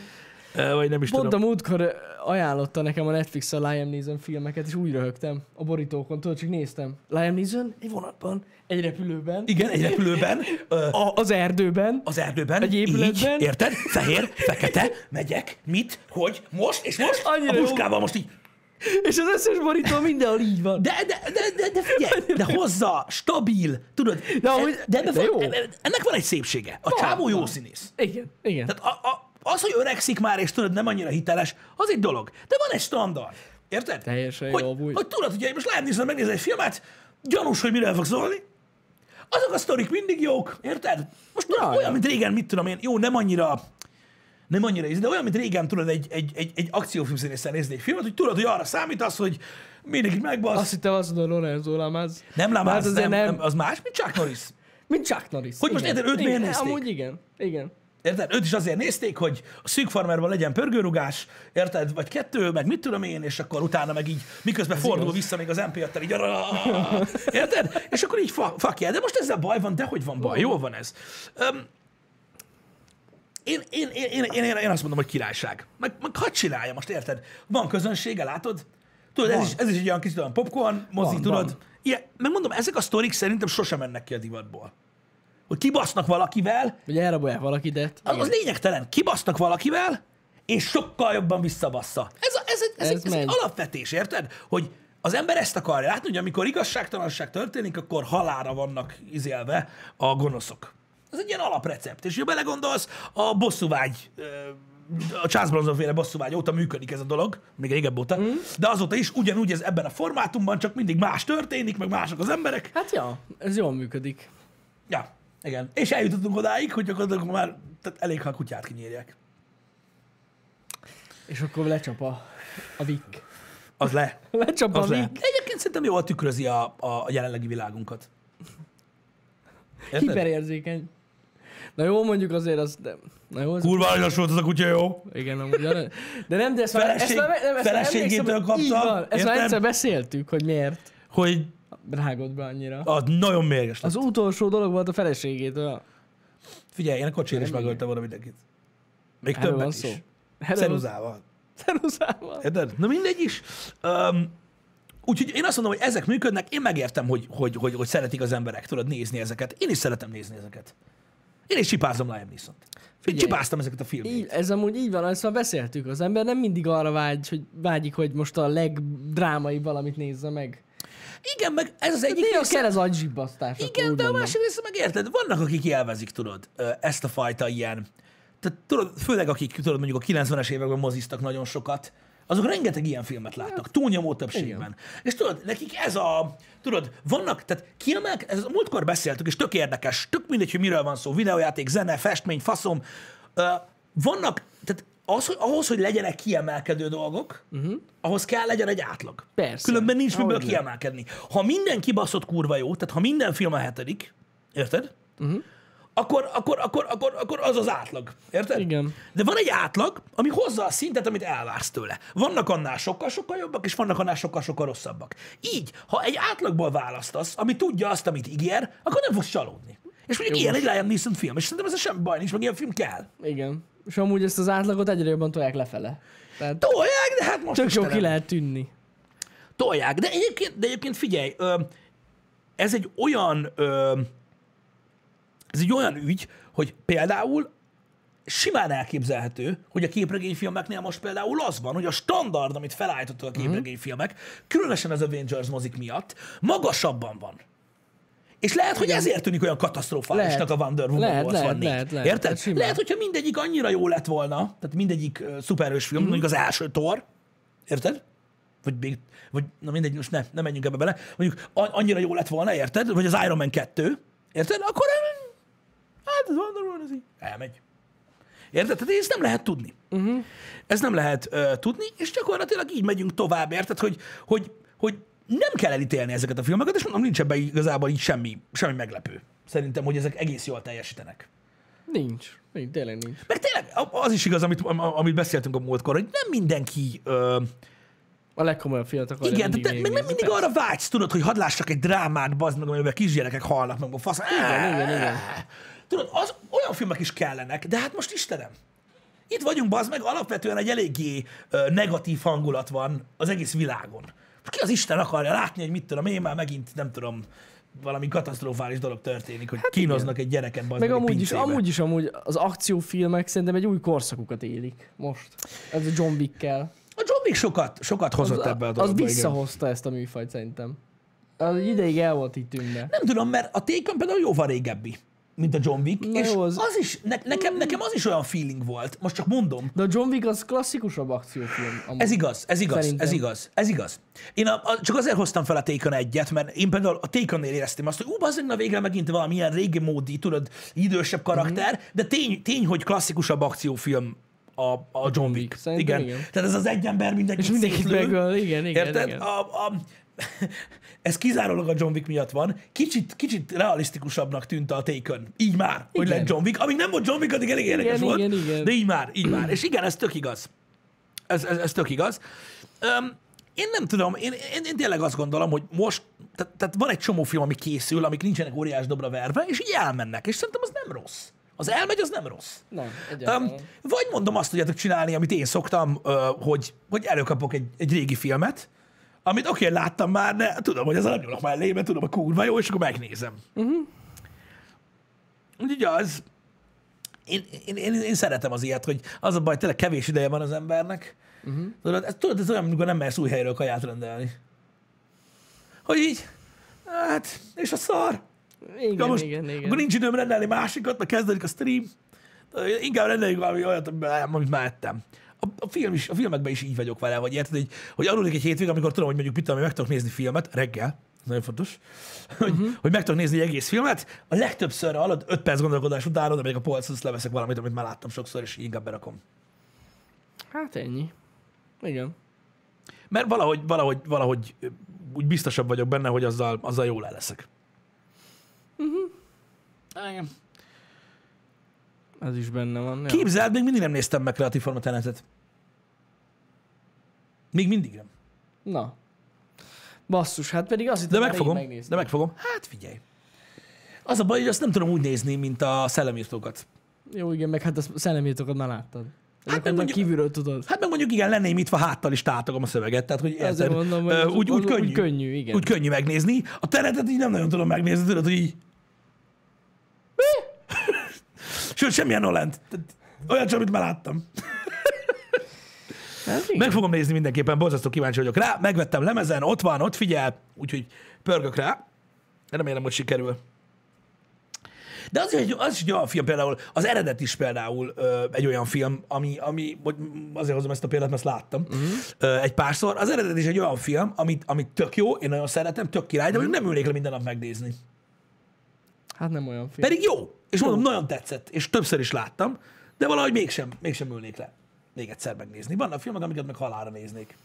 Speaker 1: Ö, Vagy nem is
Speaker 2: Pont a
Speaker 1: tudom.
Speaker 2: múltkor ö, ajánlotta nekem a Netflix a Liam Neeson filmeket, és úgy röhögtem a borítókon, tudod, csak néztem. Liam Neeson egy vonatban, egy repülőben,
Speaker 1: Igen, egy repülőben, ö,
Speaker 2: a, az erdőben,
Speaker 1: az erdőben,
Speaker 2: Egy épületben.
Speaker 1: így, érted? Fehér, fekete, megyek, mit, hogy, most, és most,
Speaker 2: Annyira
Speaker 1: a
Speaker 2: jó.
Speaker 1: puskával most így.
Speaker 2: és az összes borító mindenhol így van.
Speaker 1: De, de, de, de, de figyelj, de hozza, stabil, tudod, e-
Speaker 2: De amúgy-
Speaker 1: de, de,
Speaker 2: de
Speaker 1: de
Speaker 2: jó.
Speaker 1: jó. ennek van egy szépsége. A csávó jó színész.
Speaker 2: Igen, igen.
Speaker 1: Tehát a, a, az, hogy öregszik már, és tudod, nem annyira hiteles, az egy dolog. De van egy standard. Érted?
Speaker 2: Teljesen
Speaker 1: hogy,
Speaker 2: jó, amúgy.
Speaker 1: Hogy tudod, hogy most lehet nézni, megnézni egy filmet, gyanús, hogy miről fog szólni. Azok a sztorik mindig jók, érted? Most tudod,
Speaker 2: Ja,
Speaker 1: olyan,
Speaker 2: ja.
Speaker 1: mint régen, mit tudom én, jó, nem annyira nem annyira íz, de olyan, mint régen tudod egy, egy, egy, egy akciófilmszínésszel nézni egy filmet, hogy tudod, hogy arra számít az, hogy mindenki megbasz.
Speaker 2: Azt hittem azt mondod, Lorenzo Lamáz.
Speaker 1: nem lámás,
Speaker 2: azért
Speaker 1: nem,
Speaker 2: nem.
Speaker 1: nem, az más, mint Chuck Norris.
Speaker 2: Mint Chuck Norris.
Speaker 1: Hogy most
Speaker 2: igen.
Speaker 1: érted, őt
Speaker 2: Igen,
Speaker 1: miért nézték?
Speaker 2: Amúgy igen, igen.
Speaker 1: Érted? Őt is azért nézték, hogy a szűk farmerban legyen pörgőrugás, érted? Vagy kettő, meg mit tudom én, és akkor utána meg így, miközben ez fordul igaz. vissza még az mp így "Arrrr!" Érted? És akkor így fa- fuck yeah. De most ezzel baj van, de hogy van baj? Jól van ez. Öm, én, én, én, én, én, én, én azt mondom, hogy királyság. Meg, meg hadd csinálja most, érted? Van közönsége, látod? Tudod, ez is, ez is egy olyan kicsit olyan popcorn, mozi,
Speaker 2: Van,
Speaker 1: tudod?
Speaker 2: van.
Speaker 1: Ilyen, megmondom, ezek a sztorik szerintem sosem mennek ki a divatból. Hogy kibasznak valakivel,
Speaker 2: Vagy elrabolják valakit, de...
Speaker 1: az, Hát az lényegtelen. Kibasznak valakivel, és sokkal jobban visszabassza. Ez, a, ez, egy- ez,
Speaker 2: Ez
Speaker 1: ez, ez, ez egy
Speaker 2: megy.
Speaker 1: alapvetés, érted? Hogy az ember ezt akarja látni, hogy amikor igazságtalanság történik, akkor halára vannak izélve a gonoszok. Ez egy ilyen alaprecept. És ha belegondolsz, a bosszúvágy, ö, a Charles Bronson féle bosszúvágy óta működik ez a dolog, még régebb óta, mm. de azóta is ugyanúgy ez ebben a formátumban, csak mindig más történik, meg mások az emberek,
Speaker 2: Hát ja, ez jól működik.
Speaker 1: Ja, igen. És eljutottunk odáig, hogy gyakorlatilag már tehát elég, ha a kutyát kinyírják.
Speaker 2: És akkor lecsap a, a vik.
Speaker 1: Az le.
Speaker 2: Lecsap a
Speaker 1: Az le.
Speaker 2: vik.
Speaker 1: Egyébként szerintem jól tükrözi a, a jelenlegi világunkat. Érted?
Speaker 2: Hiperérzékeny. Na jó, mondjuk azért az... De, na jó, az...
Speaker 1: Kurva lassú volt az a kutya, jó?
Speaker 2: Igen, amúgy arany- De nem, de ezt már,
Speaker 1: Feleség-
Speaker 2: ezt már, nem, ezt már
Speaker 1: feleségétől
Speaker 2: emlékszem, hogy- így
Speaker 1: kaptam,
Speaker 2: van, ezt már
Speaker 1: érted?
Speaker 2: egyszer beszéltük, hogy miért
Speaker 1: Hogy
Speaker 2: rágod be annyira.
Speaker 1: az nagyon mérges lett.
Speaker 2: Az utolsó dolog volt a feleségétől.
Speaker 1: Figyelj, én a kocsén is
Speaker 2: Nem,
Speaker 1: megöltem volna mindenkit. Még
Speaker 2: Erről van
Speaker 1: többet
Speaker 2: szó.
Speaker 1: is.
Speaker 2: Erről-
Speaker 1: Szeruzával.
Speaker 2: Ceruzával.
Speaker 1: Érted? Na mindegy is. Um, úgyhogy én azt mondom, hogy ezek működnek, én megértem, hogy, hogy, hogy, hogy szeretik az emberek, tudod, nézni ezeket. Én is szeretem nézni ezeket. Én is csipázom Liam Neeson-t. Én
Speaker 2: Figyelj.
Speaker 1: csipáztam ezeket a filmeket.
Speaker 2: Így, ez amúgy így van, ezt már beszéltük. Az ember nem mindig arra vágy, hogy vágyik, hogy most a legdrámai valamit nézze meg.
Speaker 1: Igen, meg ez az egyik
Speaker 2: Hát Néha
Speaker 1: része.
Speaker 2: kell ez agyzsibbasztás. akkor
Speaker 1: Igen,
Speaker 2: úgy
Speaker 1: de a
Speaker 2: mondom.
Speaker 1: másik része meg érted, vannak, akik élvezik, tudod, ö, ezt a fajta ilyen. Tehát tudod, főleg akik, tudod, mondjuk a 90-es években moziztak nagyon sokat, azok rengeteg ilyen filmet
Speaker 2: Hát,
Speaker 1: láttak, túlnyomó többségben. Igen. És tudod, nekik ez a, tudod, vannak, tehát kiemelk, ez a múltkor beszéltük, és tök érdekes, tök mindegy, hogy miről van szó, videójáték, zene, festmény, faszom, ö, vannak, tehát az, hogy, ahhoz, hogy legyenek kiemelkedő dolgok, uh-huh. ahhoz kell legyen egy átlag.
Speaker 2: Mhm. Persze.
Speaker 1: Különben nincs miből
Speaker 2: Ahogy ne.
Speaker 1: kiemelkedni. Ha minden kibaszott kurva jó, tehát ha minden film a hetedik, érted?
Speaker 2: Mhm.
Speaker 1: Uh-huh. Akkor, akkor, akkor, akkor, akkor az az átlag. Érted?
Speaker 2: Igen.
Speaker 1: De van egy átlag, ami hozza a szintet, amit elvársz tőle. Vannak annál sokkal-sokkal jobbak, és vannak annál sokkal-sokkal rosszabbak. Így, ha egy átlagból választasz, ami tudja azt, amit ígér, akkor nem fogsz csalódni. És mondjuk ilyen egy Liam Neeson film, és szerintem ez sem baj nincs, meg ilyen film kell.
Speaker 2: Igen. És amúgy ezt az átlagot egyre jobban tolják lefele. Tehát
Speaker 1: Tolják, de hát most
Speaker 2: tök jó
Speaker 1: Istenem.
Speaker 2: ki lehet tűnni.
Speaker 1: Tolják, de egyébként, de egyébként figyelj, ö, ez egy olyan ö, ez egy olyan ügy, hogy például simán elképzelhető, hogy a képregényfilmeknél most például az van, hogy a standard, amit felállítottak a képregényfilmek, különösen az Avengers mozik miatt, magasabban van. És lehet, hogy ezért tűnik olyan katasztrofálisnak
Speaker 2: Lehet.
Speaker 1: a Wonder Woman
Speaker 2: Lehet,
Speaker 1: 84.
Speaker 2: lehet, lehet, lehet.
Speaker 1: szóval Érted?
Speaker 2: Hát simán.
Speaker 1: lehet, hogyha mindegyik annyira jó lett volna, tehát mindegyik ö, szuperhős film,
Speaker 2: Mhm.
Speaker 1: mondjuk az első tor, érted? Vagy, még, vagy na mindegy, most ne, ne menjünk ebbe bele, mondjuk a- annyira jó lett volna, érted? Vagy az Iron Man 2, érted? Akkor el- hát az Wonder Woman az így elmegy. Érted? Tehát ezt nem lehet tudni. Uh-huh. Ez nem lehet uh, tudni, és gyakorlatilag így megyünk tovább, érted? Hogy, hogy, hogy nem kell elítélni ezeket a filmeket, és mondom, nincs ebben igazából így semmi, semmi meglepő. Szerintem, hogy ezek egész jól teljesítenek.
Speaker 2: Nincs. Nincs, tényleg nincs.
Speaker 1: Meg tényleg a- az is igaz, amit, am- amit beszéltünk a múltkor, hogy nem mindenki ö,
Speaker 2: A legkomolyabb fiatal akarja
Speaker 1: Igen, de
Speaker 2: mindig
Speaker 1: te, meg nem
Speaker 2: végignézni.
Speaker 1: mindig arra vágysz, tudod, hogy hadd lássak egy drámát, bazd meg, amiben kisgyerekek halnak meg a fasz.
Speaker 2: Igen, igen, igen.
Speaker 1: Tudod, az, olyan filmek is kellenek, de hát most Istenem, itt vagyunk, bazd meg, alapvetően egy eléggé ö, negatív hangulat van az egész világon. Ki az Isten akarja látni, hogy mit tudom én, már megint nem tudom, valami katasztrofális dolog történik, hogy hát kínoznak egy gyereket, bazd meg,
Speaker 2: Meg
Speaker 1: egy
Speaker 2: amúgy is,
Speaker 1: pincébe.
Speaker 2: amúgy is, amúgy az akciófilmek szerintem egy új korszakukat élik most. Ez a John Wick-kel.
Speaker 1: A John Wick sokat, sokat hozott
Speaker 2: Az,
Speaker 1: ebbe a
Speaker 2: az
Speaker 1: dologba. igen.
Speaker 2: visszahozta ezt a műfajt szerintem. Az ideig el volt itt tűnve.
Speaker 1: Nem tudom, mert a Taken például jóval régebbi, mint a John Wick,
Speaker 2: Na
Speaker 1: és
Speaker 2: jó,
Speaker 1: az,
Speaker 2: az-
Speaker 1: az is, ne, nekem, nekem az is olyan feeling volt, most csak mondom,
Speaker 2: De a John Wick az klasszikusabb akciófilm. Amúgy.
Speaker 1: ez igaz, ez igaz, Szerintem.
Speaker 2: Szerintem.
Speaker 1: ez igaz, ez igaz. Én a, a, csak azért hoztam fel a Taken egyet, mert én például a Takennél éreztem azt, hogy ú, bazzeg, na végre megint valamilyen régi módi, tudod, idősebb karakter,
Speaker 2: Mhm.
Speaker 1: mm-hmm. de tény, tény, hogy klasszikusabb akciófilm a, a John Wick.
Speaker 2: Wick, szerintem igen.
Speaker 1: Tehát ez az egy ember mindenki
Speaker 2: És mindenkit
Speaker 1: szétlő.
Speaker 2: megöl, igen, igen,
Speaker 1: Érted?
Speaker 2: igen.
Speaker 1: A, a, ez kizárólag a John Wick miatt van, kicsit, kicsit realisztikusabbnak tűnt a Taken. Így már, igen. hogy
Speaker 2: Igen.
Speaker 1: lett John Wick. Amíg nem volt John Wick, addig elég érdekes
Speaker 2: Igen,
Speaker 1: volt,
Speaker 2: igen, igen.
Speaker 1: de így már, így már. És igen, ez tök igaz. Ez, ez, ez tök igaz. Um, én nem tudom, én, én, én tényleg azt gondolom, hogy most, tehát, tehát van egy csomó film, ami készül, amik nincsenek óriás dobra verve, és így elmennek, és szerintem az nem rossz. Az elmegy, az nem rossz.
Speaker 2: Nem,
Speaker 1: Um,
Speaker 2: egyáltalán.
Speaker 1: vagy mondom azt tudjátok csinálni, amit én szoktam, ö, hogy, hogy előkapok egy, egy régi filmet, amit oké, okay, láttam már, de tudom, hogy ez nem nyúlok már elébe, tudom, hogy kurva jó, és akkor megnézem. Uh-huh. Úgyhogy az, én, én, én, én, szeretem az ilyet, hogy az a baj, tényleg kevés ideje van az embernek. Uh-huh. Tudod, ez, tudod, ez olyan, amikor nem mersz új helyről kaját rendelni. Hogy így, hát, és a szar.
Speaker 2: Igen,
Speaker 1: Ja, most
Speaker 2: igen, igen.
Speaker 1: Akkor nincs időm rendelni másikat, meg kezdődik a stream. Inkább rendeljük valami olyat, amit már ettem. A, a, film is, a filmekben is így vagyok vele, vagy érted, hogy, hogy alulik egy hétvég, amikor tudom, hogy mondjuk mit tudom, én, meg tudok nézni filmet reggel, ez nagyon fontos, hogy,
Speaker 2: Mhm.
Speaker 1: uh-huh. hogy meg tudok nézni egy egész filmet, a legtöbbször alatt 5 perc gondolkodás után oda megyek a polchoz, és leveszek valamit, amit már láttam sokszor, és így inkább berakom.
Speaker 2: Hát ennyi. Igen.
Speaker 1: Mert valahogy, valahogy, valahogy ö, úgy biztosabb vagyok benne, hogy azzal, azzal jól el leszek. Uh-huh.
Speaker 2: Ez is benne van. ja.
Speaker 1: Képzeld, még mindig nem néztem meg kreatív forma tenetet. Még mindig nem.
Speaker 2: Na. Basszus, hát pedig azt hittem,
Speaker 1: De
Speaker 2: már
Speaker 1: megfogom.
Speaker 2: rég megnéztem.
Speaker 1: De megfogom. Hát figyelj. Az a baj, hogy azt nem tudom úgy nézni, mint a szellemírtókat.
Speaker 2: Jó, igen, meg hát a szellemírtókat már láttad. Hát
Speaker 1: meg
Speaker 2: nem
Speaker 1: mondjuk-
Speaker 2: kívülről tudod.
Speaker 1: Hát meg mondjuk igen, lenném itt, háttal is tátogom a szöveget, tehát hogy
Speaker 2: Azért
Speaker 1: érted,
Speaker 2: mondom, hogy
Speaker 1: ö,
Speaker 2: az-
Speaker 1: úgy,
Speaker 2: az-
Speaker 1: úgy, könnyű,
Speaker 2: úgy könnyű, igen.
Speaker 1: Úgy könnyű megnézni. A tenetet így nem nagyon tudom megnézni, tudod, hogy így... Mi? Sőt, semmilyen olent. Olyan csak, amit már láttam.
Speaker 2: Hát igen.
Speaker 1: Meg fogom nézni mindenképpen, borzasztó kíváncsi vagyok rá. Megvettem lemezen, ott van, ott figyel, úgyhogy pörgök rá. Remélem, hogy sikerül. De az, is egy- az is egy olyan film például, az eredet is például ö, egy olyan film, ami, ami vagy azért hozom ezt a példát, mert ezt láttam uh-huh. ö, egy párszor. Az eredet is egy olyan film, amit, amit tök jó, én nagyon szeretem, tök király, de mondjuk nem ülnék le minden nap megnézni.
Speaker 2: Hát nem olyan film.
Speaker 1: Pedig jó. És mondom, nagyon tetszett, és többször is láttam, de valahogy mégsem, mégsem ülnék le még egyszer megnézni. Vannak filmek, amiket meg halára néznék.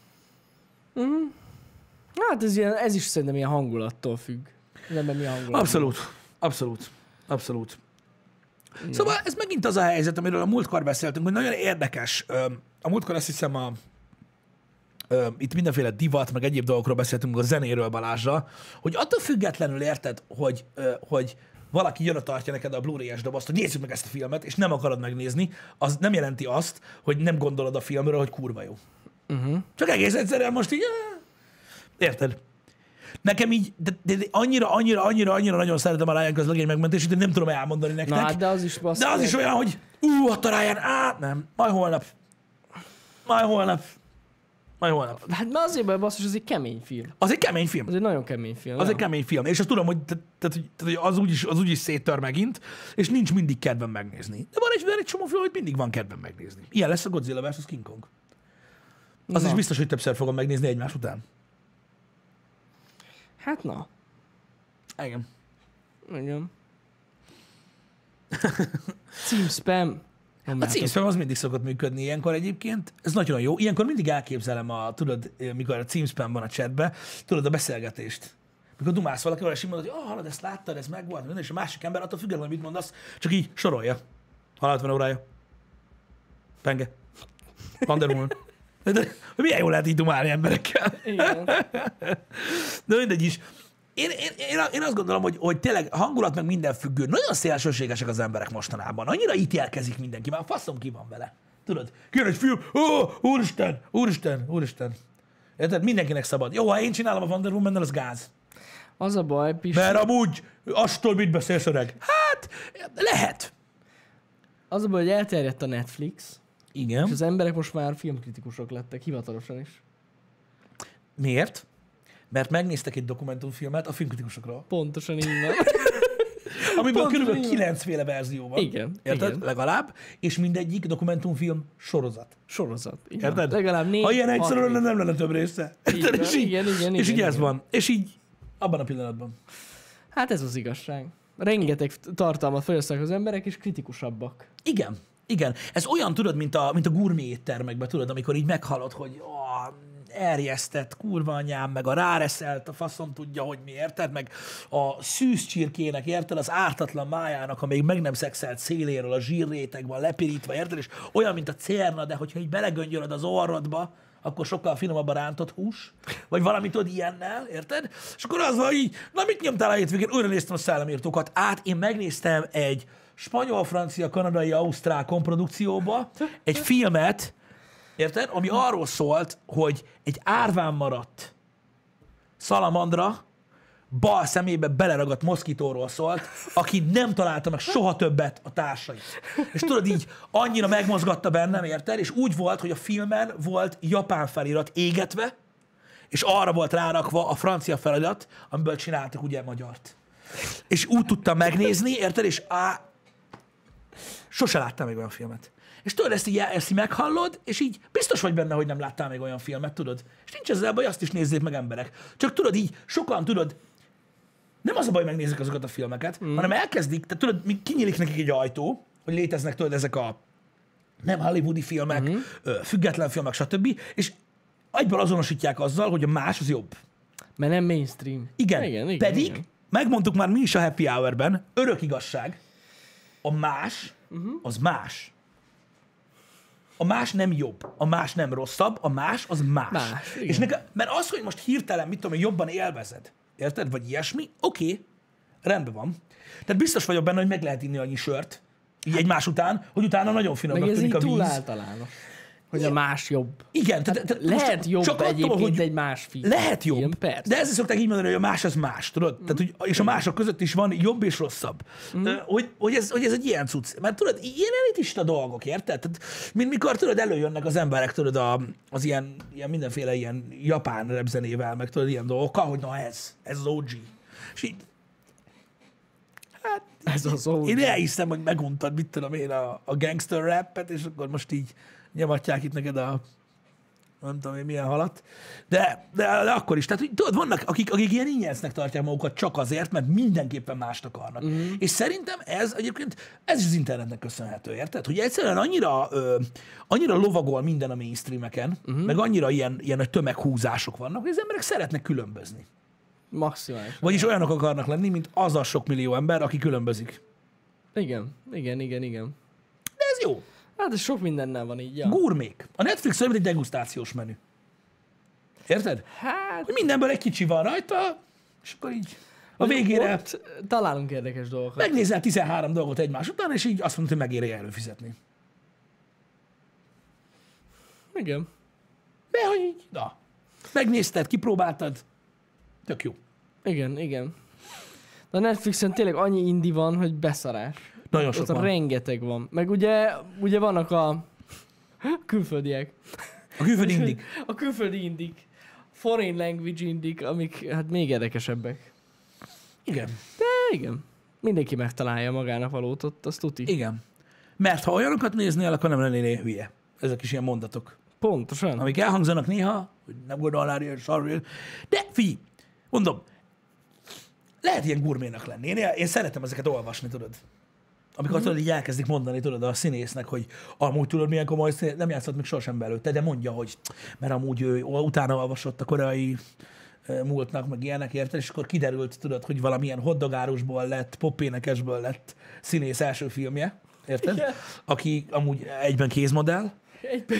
Speaker 2: Hát ez, ilyen, ez is szerintem ilyen hangulattól függ. Nem, mi a hangulat.
Speaker 1: Abszolút, abszolút, abszolút. Igen. Szóval ez megint az a helyzet, amiről a múltkor beszéltünk, hogy nagyon érdekes. Öm, A múltkor azt hiszem a öm, itt mindenféle divat, meg egyéb dolgokról beszéltünk, meg a zenéről Balázsra, hogy attól függetlenül érted, hogy, ö, hogy valaki jön tartja neked a Blu-ray-es dobozt, hogy nézzük meg ezt a filmet, és nem akarod megnézni, az nem jelenti azt, hogy nem gondolod a filmről, hogy kurva jó. Uh-huh. Csak egész egyszerűen most így... "Ah." Érted? Nekem így, de, de, de annyira, annyira, annyira, annyira nagyon szeretem a Ryan Közlegény megmentését, de nem tudom elmondani
Speaker 2: Na,
Speaker 1: nektek.
Speaker 2: hát de az is bassz.
Speaker 1: de az is olyan, hogy ú, ott a Ryan, á, nem, majd holnap. Majd holnap. Majd holnap.
Speaker 2: Hát már azért, mert basszus, ez egy kemény film.
Speaker 1: Az egy kemény film.
Speaker 2: Az egy nagyon kemény film.
Speaker 1: Az
Speaker 2: nem?
Speaker 1: egy kemény film, és azt tudom, hogy, te- tehát, hogy, tehát, hogy az, úgyis, az úgyis széttör megint, és nincs mindig kedvem megnézni. De van egy, van egy csomó film, hogy mindig van kedvem megnézni. Ilyen lesz a Godzilla vs. King Kong. Az
Speaker 2: Na.
Speaker 1: is biztos, hogy többször fogom megnézni egymás után.
Speaker 2: Hát na.
Speaker 1: Igen.
Speaker 2: Igen. Cím spam.
Speaker 1: Hát A címszám szóval az mindig szokott működni ilyenkor egyébként. Ez nagyon jó. Ilyenkor mindig elképzelem a, tudod, mikor a címszám van a chatbe, tudod, a beszélgetést. Mikor dumálsz valakivel, és így mondod, hogy oh, hallod, ezt láttad, ez megvolt, minden, és a másik ember attól függetlenül, hogy mit mondasz, csak így sorolja. Halált van órája. Penge. Wonder Woman. De, de, milyen jó lehet így dumálni emberekkel.
Speaker 2: Igen.
Speaker 1: De mindegy is. Én, én, én, én azt gondolom, hogy, hogy tényleg hangulat meg minden függő. Nagyon szélsőségesek az emberek mostanában. Annyira ítélkezik mindenki, már faszom ki van vele. Tudod, kijön egy film, ó, úristen, úristen, úristen. Érted? Mindenkinek szabad. Jó, ha én csinálom a Wonder woman az gáz.
Speaker 2: Az a baj, Pisi,
Speaker 1: Mert amúgy astól mit beszélsz öreg? Hát, lehet.
Speaker 2: az a baj, hogy elterjedt a Netflix, és
Speaker 1: Igen.
Speaker 2: az emberek most már filmkritikusok lettek, hivatalosan is.
Speaker 1: Miért? Mert megnéztek egy dokumentumfilmet a filmkritikusokról,
Speaker 2: Pontosan így van.
Speaker 1: amiből
Speaker 2: Pont
Speaker 1: körülbelül
Speaker 2: így.
Speaker 1: kilencféle verzió van.
Speaker 2: Igen,
Speaker 1: Érted?
Speaker 2: igen.
Speaker 1: Legalább. És mindegyik dokumentumfilm sorozat.
Speaker 2: Sorozat. így van.
Speaker 1: Érted?
Speaker 2: Legalább négy.
Speaker 1: Ha ilyen
Speaker 2: hat,
Speaker 1: egyszerű
Speaker 2: hét.
Speaker 1: lenne, nem lenne több része.
Speaker 2: Így
Speaker 1: Érted?
Speaker 2: van,
Speaker 1: és így,
Speaker 2: igen, igen,
Speaker 1: és így
Speaker 2: igen,
Speaker 1: ez
Speaker 2: igen.
Speaker 1: van. És így abban a pillanatban.
Speaker 2: Hát ez az igazság. Rengeteg f- tartalmat felhoztak az emberek, és kritikusabbak.
Speaker 1: Igen, igen. Ez olyan, tudod, mint a, mint a gurmé éttermekben, tudod, amikor így meghalod, hogy ó, erjesztett kurva anyám, meg a ráreszelt, a faszom tudja, hogy mi érted, meg a szűz csirkének, érted, az ártatlan májának, a még meg nem szexelt széléről a zsírréteg van lepirítva, érted, és olyan, mint a cérna, de hogyha így belegöngyölöd az orrodba, akkor sokkal finomabb a rántott hús, vagy valamit tudod ilyennel, érted? És akkor az van így, na mit nyomtál a hétvégén? Újra néztem a szellemírtókat át, én megnéztem egy spanyol, francia, kanadai, ausztrál komprodukcióba egy filmet, érted? Ami arról szólt, hogy egy árván maradt szalamandra bal szemébe beleragadt moszkitóról szólt, aki nem találta meg soha többet a társait. És tudod, így annyira megmozgatta bennem, érted? És úgy volt, hogy a filmen volt japán felirat égetve, és arra volt rárakva a francia felirat, amiből csináltak ugye magyart. És úgy tudtam megnézni, érted? És á, sose láttam még olyan filmet. És tudod, ezt így, ezt így meghallod, és így biztos vagy benne, hogy nem láttál még olyan filmet, tudod? És nincs ezzel baj, azt is nézzék meg emberek. Csak tudod, így sokan, tudod, nem az a baj, megnézik azokat a filmeket, mm. hanem elkezdik, tehát tudod, mi- kinyílik nekik egy ajtó, hogy léteznek, tudod, ezek a nem hollywoodi filmek, mm. független filmek, stb. És egyből azonosítják azzal, hogy a más az jobb.
Speaker 2: Mert nem mainstream.
Speaker 1: Igen.
Speaker 2: igen, igen
Speaker 1: Pedig,
Speaker 2: igen.
Speaker 1: megmondtuk már mi is a happy hour-ben, örök igazság, a más uh-huh. az más. A más nem jobb, a más nem rosszabb, a más az más.
Speaker 2: Más, igen.
Speaker 1: És nekem, mert az, hogy most hirtelen, mit tudom, én, jobban élvezed, érted, vagy ilyesmi, oké, okay, rendben van. Tehát biztos vagyok benne, hogy meg lehet inni annyi sört, így egymás után, hogy utána nagyon
Speaker 2: Meg
Speaker 1: finomnak
Speaker 2: ez
Speaker 1: tűnik
Speaker 2: így
Speaker 1: a
Speaker 2: túl
Speaker 1: víz.
Speaker 2: általános. Hogy a más jobb.
Speaker 1: Igen, tehát, tehát most
Speaker 2: Lehet jobb csak
Speaker 1: attól,
Speaker 2: egyébként
Speaker 1: hogy-
Speaker 2: hogy egy más film.
Speaker 1: Lehet jobb.
Speaker 2: Ilyen, persze. Mm.
Speaker 1: De ezzel szokták így mondani, hogy a más az más, tudod? Tehát, hogy, és a mások között is van jobb és rosszabb. Ö, Hogy, hogy, ez, hogy ez egy ilyen cucc. Mert tudod, ilyen elitista dolgok, érted? Tehát, mint mikor tudod, előjönnek az emberek, tudod, a, az ilyen, ilyen mindenféle ilyen japán repzenével, meg tudod, ilyen dolgokkal, hogy na ez, ez az OG. És így,
Speaker 2: Ez az OG.
Speaker 1: Hát, én elhiszem, hogy meguntad, mit tudom én, a, a gangster rappet, és akkor most így nyomatják itt neked a nem tudom én milyen halat, de, de, de akkor is. Tehát, hogy tudod, vannak, akik, akik ilyen ingyensznek tartják magukat csak azért, mert mindenképpen mást akarnak.
Speaker 2: Mhm.
Speaker 1: Mm. És szerintem ez egyébként, ez is az internetnek köszönhető, érted? Hogy egyszerűen annyira, ö, annyira lovagol minden a mainstreameken,
Speaker 2: Mhm.
Speaker 1: mm. meg annyira ilyen, ilyen nagy tömeghúzások vannak, hogy az emberek szeretnek különbözni.
Speaker 2: Maximális.
Speaker 1: Vagyis olyanok akarnak lenni, mint az a sok millió ember, aki különbözik.
Speaker 2: Igen, igen, igen, igen.
Speaker 1: De ez jó.
Speaker 2: Hát ez sok mindennel van így. Ja.
Speaker 1: Gurmék. A Netflix olyan, mint egy degustációs menü. Érted?
Speaker 2: Hát
Speaker 1: Hogy mindenből egy kicsi van rajta, és akkor így a végére
Speaker 2: Ott találunk érdekes dolgokat.
Speaker 1: megnézel 13 dolgot egymás után, és így azt mondod, hogy megéri előfizetni.
Speaker 2: Igen.
Speaker 1: De hogy így, na. Megnézted, kipróbáltad, tök jó.
Speaker 2: Igen, igen. De a Netflixen tényleg annyi indi van, hogy beszarás.
Speaker 1: Nagyon sok
Speaker 2: Ott van.
Speaker 1: van.
Speaker 2: rengeteg van. Meg ugye, ugye vannak a külföldiek.
Speaker 1: A külföld indik.
Speaker 2: A külföldi indik. Foreign language indik, amik hát még érdekesebbek.
Speaker 1: Igen.
Speaker 2: De igen. Mindenki megtalálja magának valót ott, azt tuti.
Speaker 1: Igen. Mert ha olyanokat néznél, akkor nem lennél hülye. Ezek is ilyen mondatok.
Speaker 2: Pontosan.
Speaker 1: amik elhangzanak néha, hogy nem gondolnál ilyen szarul, de figyelj, mondom, lehet ilyen gurménak lenni. Én, én szeretem ezeket olvasni, tudod. Amikor tudod, így elkezdik mondani, tudod, a színésznek, hogy amúgy tudod, milyen komoly színész, nem játszott még sosem belőtte, de mondja, hogy mert amúgy ő utána olvasott a koreai ö, múltnak, meg ilyenek, érted? És akkor kiderült, tudod, hogy valamilyen hoddogárusból lett, popénekesből lett színész első filmje, érted?
Speaker 2: Igen.
Speaker 1: Aki amúgy egyben kézmodell,
Speaker 2: Egyben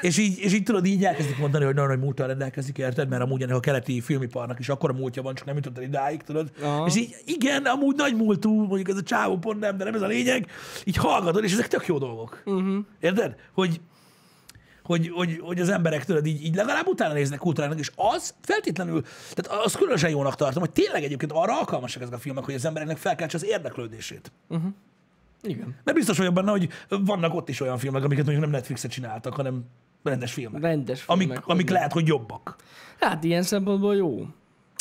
Speaker 1: és így, és így tudod, így elkezdik mondani, hogy nagyon nagy múltal rendelkezik, érted? Mert amúgy ennek a keleti filmiparnak is akkora múltja van, csak nem jutott el idáig, tudod?
Speaker 2: Aha.
Speaker 1: És így igen, amúgy nagy múltú, mondjuk ez a csávó pont nem, de nem ez a lényeg. Így hallgatod, és ezek tök jó dolgok. Uh-huh. Érted? Hogy, hogy, hogy, hogy az emberek tudod, így, így legalább utána néznek kultúrának, és az feltétlenül, tehát az különösen jónak tartom, hogy tényleg egyébként arra alkalmasak ezek a filmek, hogy az embereknek felkeltse az érdeklődését.
Speaker 2: Igen.
Speaker 1: Mert biztos vagyok benne, hogy vannak ott is olyan filmek, amiket mondjuk nem Netflixet csináltak, hanem rendes filmek
Speaker 2: Rendes
Speaker 1: amik,
Speaker 2: filmek,
Speaker 1: amik
Speaker 2: hogy-
Speaker 1: lehet, hogy jobbak.
Speaker 2: Hát ilyen szempontból jó.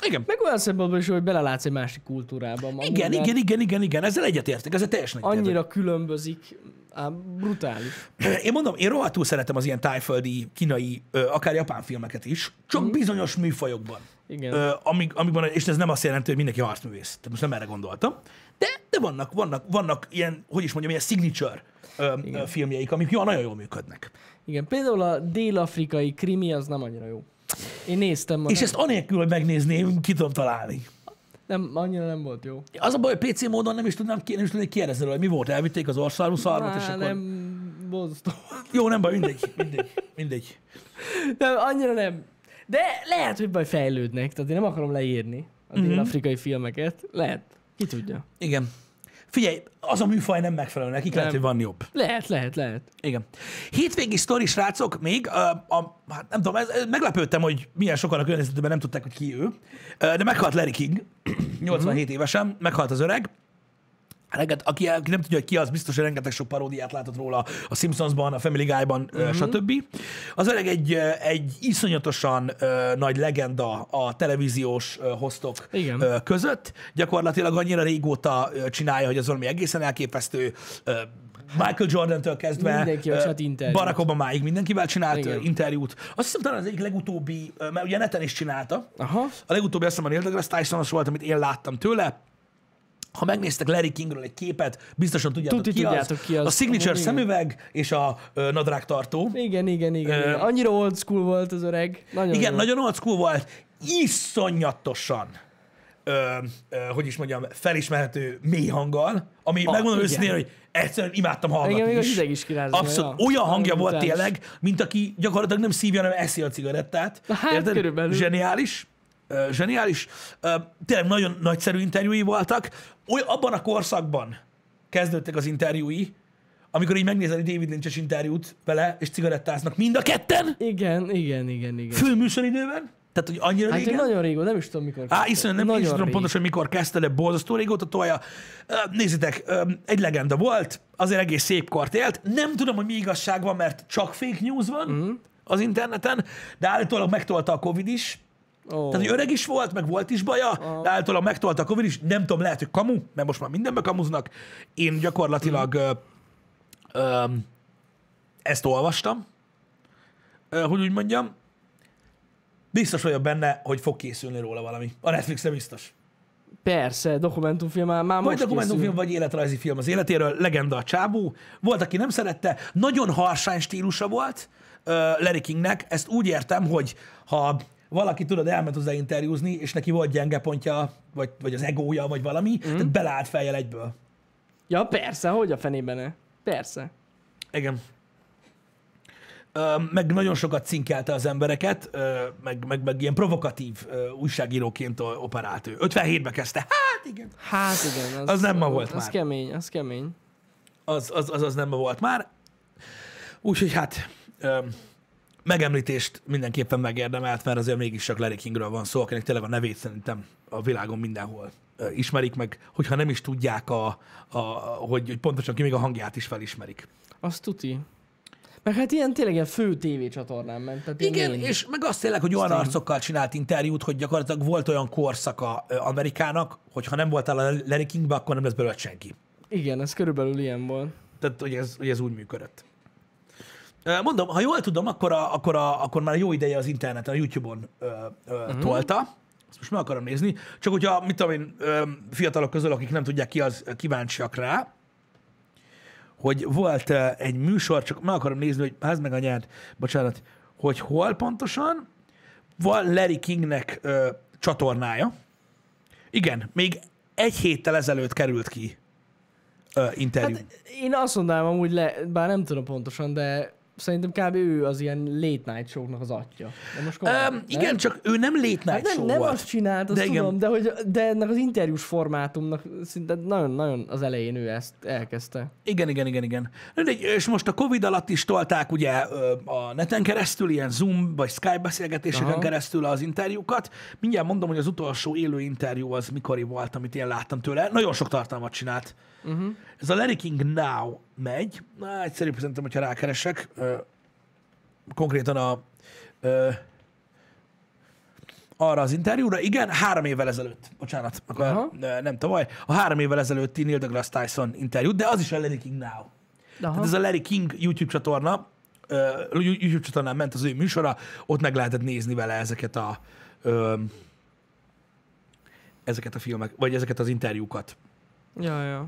Speaker 1: Igen.
Speaker 2: Meg olyan szempontból is, hogy belelátsz egy másik kultúrába. amúgy,
Speaker 1: Igen,
Speaker 2: mert
Speaker 1: igen, igen, igen, igen, ezzel egyetértek, ezzel teljesen egyetértek.
Speaker 2: Annyira különbözik Ám brutális.
Speaker 1: Én mondom, én rohadtul szeretem az ilyen tájföldi, kínai, ö, akár japán filmeket is, csak bizonyos műfajokban.
Speaker 2: Mhm. Igen.
Speaker 1: Ö, amik, amikben, és ez nem azt jelenti, hogy mindenki harcművész. Tehát most nem erre gondoltam. De, de vannak, vannak, vannak ilyen, hogy is mondjam, ilyen signature ö, ö, filmjeik, amik jó, nagyon jól működnek.
Speaker 2: Igen, például a dél-afrikai krimi az nem annyira jó. Én néztem, ma
Speaker 1: És
Speaker 2: nem,
Speaker 1: ezt anélkül, hogy megnézném, ki tudom találni.
Speaker 2: nem, annyira nem volt jó.
Speaker 1: Az a baj, hogy PC módon nem is tudnám, ki, nem is tudnék kérdezni róla, hogy mi volt, elvitték az országúszarmat, és
Speaker 2: Á,
Speaker 1: akkor... Nem.
Speaker 2: nem, borzasztó.
Speaker 1: Jó, nem baj, mindegy, mindegy, mindegy.
Speaker 2: Nem, annyira nem. De lehet, hogy baj fejlődnek, tehát én nem akarom leírni
Speaker 1: Mhm.
Speaker 2: a dél-afrikai filmeket. Lehet. Ki tudja.
Speaker 1: Igen. Figyelj, az a műfaj nem megfelelő nekik, lehet,
Speaker 2: Nem.
Speaker 1: hogy van jobb.
Speaker 2: Lehet, lehet, lehet.
Speaker 1: Igen. Hétvégi sztori, srácok, még, a, a, hát nem tudom, ez, ez, meglepődtem, hogy milyen sokan a környezetben nem tudták, hogy ki ő, Ö, de meghalt Larry King, 87 évesen, meghalt az öreg. Renget, aki, aki nem tudja, hogy ki az, biztos, hogy rengeteg sok paródiát látott róla a Simpsonsban, a Family Guy-ban, uh-huh. stb. Az öreg egy, ö, egy iszonyatosan ö, nagy legenda a televíziós ö, hostok
Speaker 2: Igen.
Speaker 1: ö, között. Gyakorlatilag annyira régóta ö, csinálja, hogy az valami egészen elképesztő. ö, Michael Jordan-től kezdve,
Speaker 2: Mindenki,
Speaker 1: ö,
Speaker 2: és hát interjú.
Speaker 1: Barack Obamáig mindenkivel csinált
Speaker 2: Igen.
Speaker 1: Igen. interjút. Azt hiszem talán az egyik legutóbbi, ö, mert ugye neten is csinálta,
Speaker 2: Aha.
Speaker 1: a legutóbbi azt hiszem a Neil deGrasse Tyson az volt, amit én láttam tőle. Ha megnéztek Larry Kingről egy képet, biztosan tudjátok,
Speaker 2: Tuti
Speaker 1: ki,
Speaker 2: tudjátok,
Speaker 1: az.
Speaker 2: ki az.
Speaker 1: A signature
Speaker 2: Amúgy igen.
Speaker 1: szemüveg és a ö, nadrágtartó.
Speaker 2: Igen, igen, igen. igen. Annyira old school volt az öreg. Nagyon
Speaker 1: Igen,
Speaker 2: jó.
Speaker 1: nagyon old school volt, iszonyatosan, ö, ö, hogy is mondjam, felismerhető mély hanggal, ami ah, megmondom
Speaker 2: igen.
Speaker 1: őszintén, hogy egyszerűen imádtam hallgatni
Speaker 2: Engem még a
Speaker 1: is.
Speaker 2: hideg is kirázza.
Speaker 1: Abszolút
Speaker 2: ja.
Speaker 1: olyan hangja
Speaker 2: Nagyon
Speaker 1: volt
Speaker 2: brutális.
Speaker 1: tényleg, mint aki gyakorlatilag nem szívja, hanem eszi a cigarettát.
Speaker 2: Hát, körülbelül.
Speaker 1: Zseniális. Ö, Zseniális. Ö, Tényleg nagyon nagyszerű interjúi voltak. Oly, abban a korszakban kezdődtek az interjúi, amikor így megnézel egy David Lynch-es interjút vele, és cigarettáznak mind a ketten,
Speaker 2: Igen, igen, igen, igen.
Speaker 1: főműsoridőben, tehát, hogy annyira
Speaker 2: Hát én
Speaker 1: régen.
Speaker 2: nagyon régóta, nem is tudom mikor.
Speaker 1: Á,
Speaker 2: kezdte.
Speaker 1: iszonyú, nem nagyon is tudom
Speaker 2: rég.
Speaker 1: pontosan, mikor kezdte, de borzasztó régóta tolja. Ö, Nézzétek, ö, egy legenda volt, azért egész szép kort élt. Nem tudom, hogy mi igazság van, mert csak fake news van mm. az interneten, de állítólag megtolta a Covid is.
Speaker 2: Ó,
Speaker 1: Tehát, hogy öreg is volt, meg volt is baja, oh. de általában megtolta a Covid is. Nem tudom, lehet, hogy kamu, mert most már mindenbe kamuznak. Én gyakorlatilag mm. ö, ö, ezt olvastam, ö, hogy úgy mondjam. Biztos vagyok benne, hogy fog készülni róla valami. A Netflixre biztos.
Speaker 2: Persze, dokumentumfilm már, már
Speaker 1: Vagy
Speaker 2: most
Speaker 1: dokumentumfilm, vagy életrajzi film az életéről, legenda a csábú. Volt, aki nem szerette, nagyon harsány stílusa volt uh, Larry Kingnek. Ezt úgy értem, hogy ha valaki, tudod, elment hozzá interjúzni, és neki volt gyenge pontja, vagy, vagy az egója, vagy valami, mm. tehát beleállt fejjel egyből.
Speaker 2: Ja, persze, hogy a fenében ne? Persze.
Speaker 1: Igen. Ö, Meg nagyon sokat cinkelte az embereket, ö, meg, meg, meg ilyen provokatív ö, újságíróként o- operált ő. 57-ben kezdte. Hát igen.
Speaker 2: Hát igen.
Speaker 1: Az nem ma volt
Speaker 2: az
Speaker 1: már.
Speaker 2: kemény, az kemény.
Speaker 1: az, az, az, az nem volt már. Úgyhogy hát öm, megemlítést mindenképpen megérdemelt, mert azért mégis csak Larry Kingről van szó, akinek tényleg a nevét szerintem a világon mindenhol ö, ismerik, meg hogyha nem is tudják, a, a, hogy, hogy pontosan ki még a hangját is felismerik.
Speaker 2: Az tuti. Meg hát ilyen tényleg ilyen fő tévécsatornán ment. Tehát ilyen
Speaker 1: Igen,
Speaker 2: main.
Speaker 1: és meg azt tényleg, hogy olyan arcokkal csinált interjút, hogy gyakorlatilag volt olyan korszaka ö, Amerikának, hogy ha nem voltál a Larry Kingbe, akkor nem lesz belőle senki.
Speaker 2: Igen, ez körülbelül ilyen volt.
Speaker 1: Tehát, hogy ez, hogy ez úgy működött. Ö, Mondom, ha jól tudom, akkor, a, akkor, a, akkor már jó ideje az interneten, a YouTube-on ö, ö, uh-huh. tolta. Ezt most meg akarom nézni. Csak hogyha, mit tudom én, ö, fiatalok közül, akik nem tudják ki, az ö, kíváncsiak rá, hogy volt ö, egy műsor, csak meg akarom nézni, hogy házd meg anyád, bocsánat, hogy hol pontosan, van Larry Kingnek ö, csatornája. Igen, még egy héttel ezelőtt került ki ö, interjú. Hát,
Speaker 2: Én azt mondanám amúgy le, bár nem tudom pontosan, de szerintem kb. ő az ilyen late night show-knak az atya. De most komolyan,
Speaker 1: Um,
Speaker 2: nem?
Speaker 1: igen, csak ő nem szóval. late
Speaker 2: Hát
Speaker 1: night
Speaker 2: nem,
Speaker 1: show
Speaker 2: nem
Speaker 1: volt.
Speaker 2: azt csinált, azt
Speaker 1: De
Speaker 2: de
Speaker 1: igen.
Speaker 2: tudom, de, hogy, de ennek az interjús formátumnak szinte nagyon-nagyon az elején ő ezt elkezdte.
Speaker 1: Igen, igen, igen, igen. Mindegy, És most a Covid alatt is tolták ugye ö, a neten keresztül, ilyen Zoom vagy Skype beszélgetéseken
Speaker 2: Aha.
Speaker 1: Aha. keresztül az interjúkat. Mindjárt mondom, hogy az utolsó élő interjú az mikori volt, amit én láttam tőle. Nagyon sok tartalmat csinált.
Speaker 2: Mhm.
Speaker 1: Uh-huh. Ez a Larry King Now megy. Na, egyszerűbb szerintem, hogyha rákeresek. Ö, konkrétan a ö, arra az interjúra, igen, három évvel ezelőtt, bocsánat, akkor
Speaker 2: Aha.
Speaker 1: ö, nem tavaly, a három évvel ezelőtti Neil deGrasse Tyson interjút, de az is a Larry King Now.
Speaker 2: Aha.
Speaker 1: Tehát ez a Larry King YouTube csatorna, ö, YouTube csatornán ment az ő műsora, ott meg lehetett nézni vele ezeket a ö, ezeket a filmek, vagy ezeket az interjúkat.
Speaker 2: Ja, ja.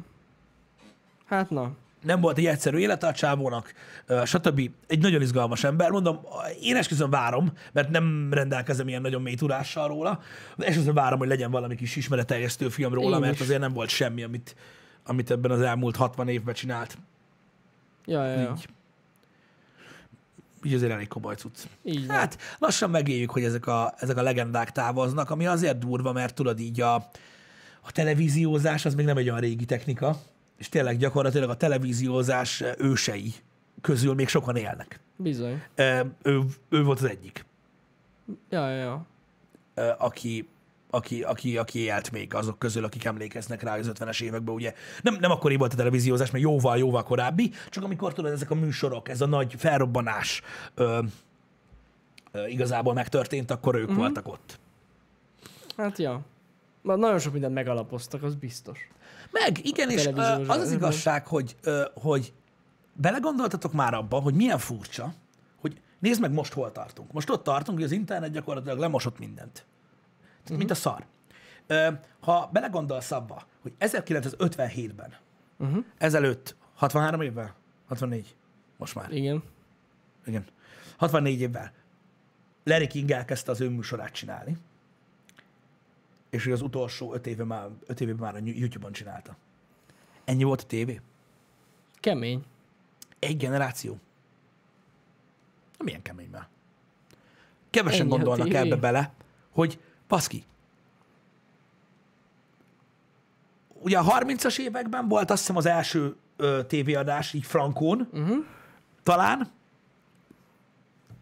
Speaker 2: Hát na.
Speaker 1: nem volt egy egyszerű élete a csávónak, ö, stb. Egy nagyon izgalmas ember, mondom, én esküszöm várom, mert nem rendelkezem ilyen nagyon mély tudással róla, de esküszöm várom, hogy legyen valami kis ismereteljesztő film róla,
Speaker 2: Én
Speaker 1: mert
Speaker 2: is.
Speaker 1: azért nem volt semmi, amit, amit ebben az elmúlt 60 évben csinált.
Speaker 2: Ja, ja, ja.
Speaker 1: Így. Így azért elég komoly cucc.
Speaker 2: Így van.
Speaker 1: Hát lassan megéljük, hogy ezek a, ezek a legendák távoznak, ami azért durva, mert tudod így a, a televíziózás az még nem egy olyan régi technika, és tényleg gyakorlatilag a televíziózás ősei közül még sokan élnek.
Speaker 2: Bizony.
Speaker 1: Ö, Ő, ő volt az egyik,
Speaker 2: Ja, ja, ja.
Speaker 1: ö, aki, aki, aki, aki élt még azok közül, akik emlékeznek rá az 50-es években, ugye. Nem, nem akkori volt a televíziózás, mert jóval, jóval korábbi, csak amikor tudod, ezek a műsorok, ez a nagy felrobbanás ö, ö, igazából megtörtént, akkor ők mm-hmm. voltak ott.
Speaker 2: Hát ja. Már nagyon sok mindent megalapoztak, az biztos.
Speaker 1: Meg, igen, és ö,
Speaker 2: televíziós
Speaker 1: az az
Speaker 2: zsarolás.
Speaker 1: igazság, hogy, ö, hogy belegondoltatok már abba, hogy milyen furcsa, hogy nézd meg most hol tartunk. Most ott tartunk, hogy az internet gyakorlatilag lemosott mindent. Tehát, uh-huh. mint a szar. Ö, ha belegondolsz abba, hogy 1957-ben, uh-huh. ezelőtt 63 évvel, 64, most már,
Speaker 2: Igen.
Speaker 1: igen, 64 évvel Larry King elkezdte az ő műsorát csinálni, és ő az utolsó 5 éve már, 5 évben már a YouTube-on csinálta. Ennyi volt a tévé.
Speaker 2: Kemény.
Speaker 1: Egy generáció. Na, Milyen kemény már. Kevesen
Speaker 2: Ennyi a
Speaker 1: gondolnak
Speaker 2: tévé.
Speaker 1: ebbe bele, hogy paszki, ugye a 30-as években volt azt hiszem az első ö, tévéadás így frankón, uh-huh. talán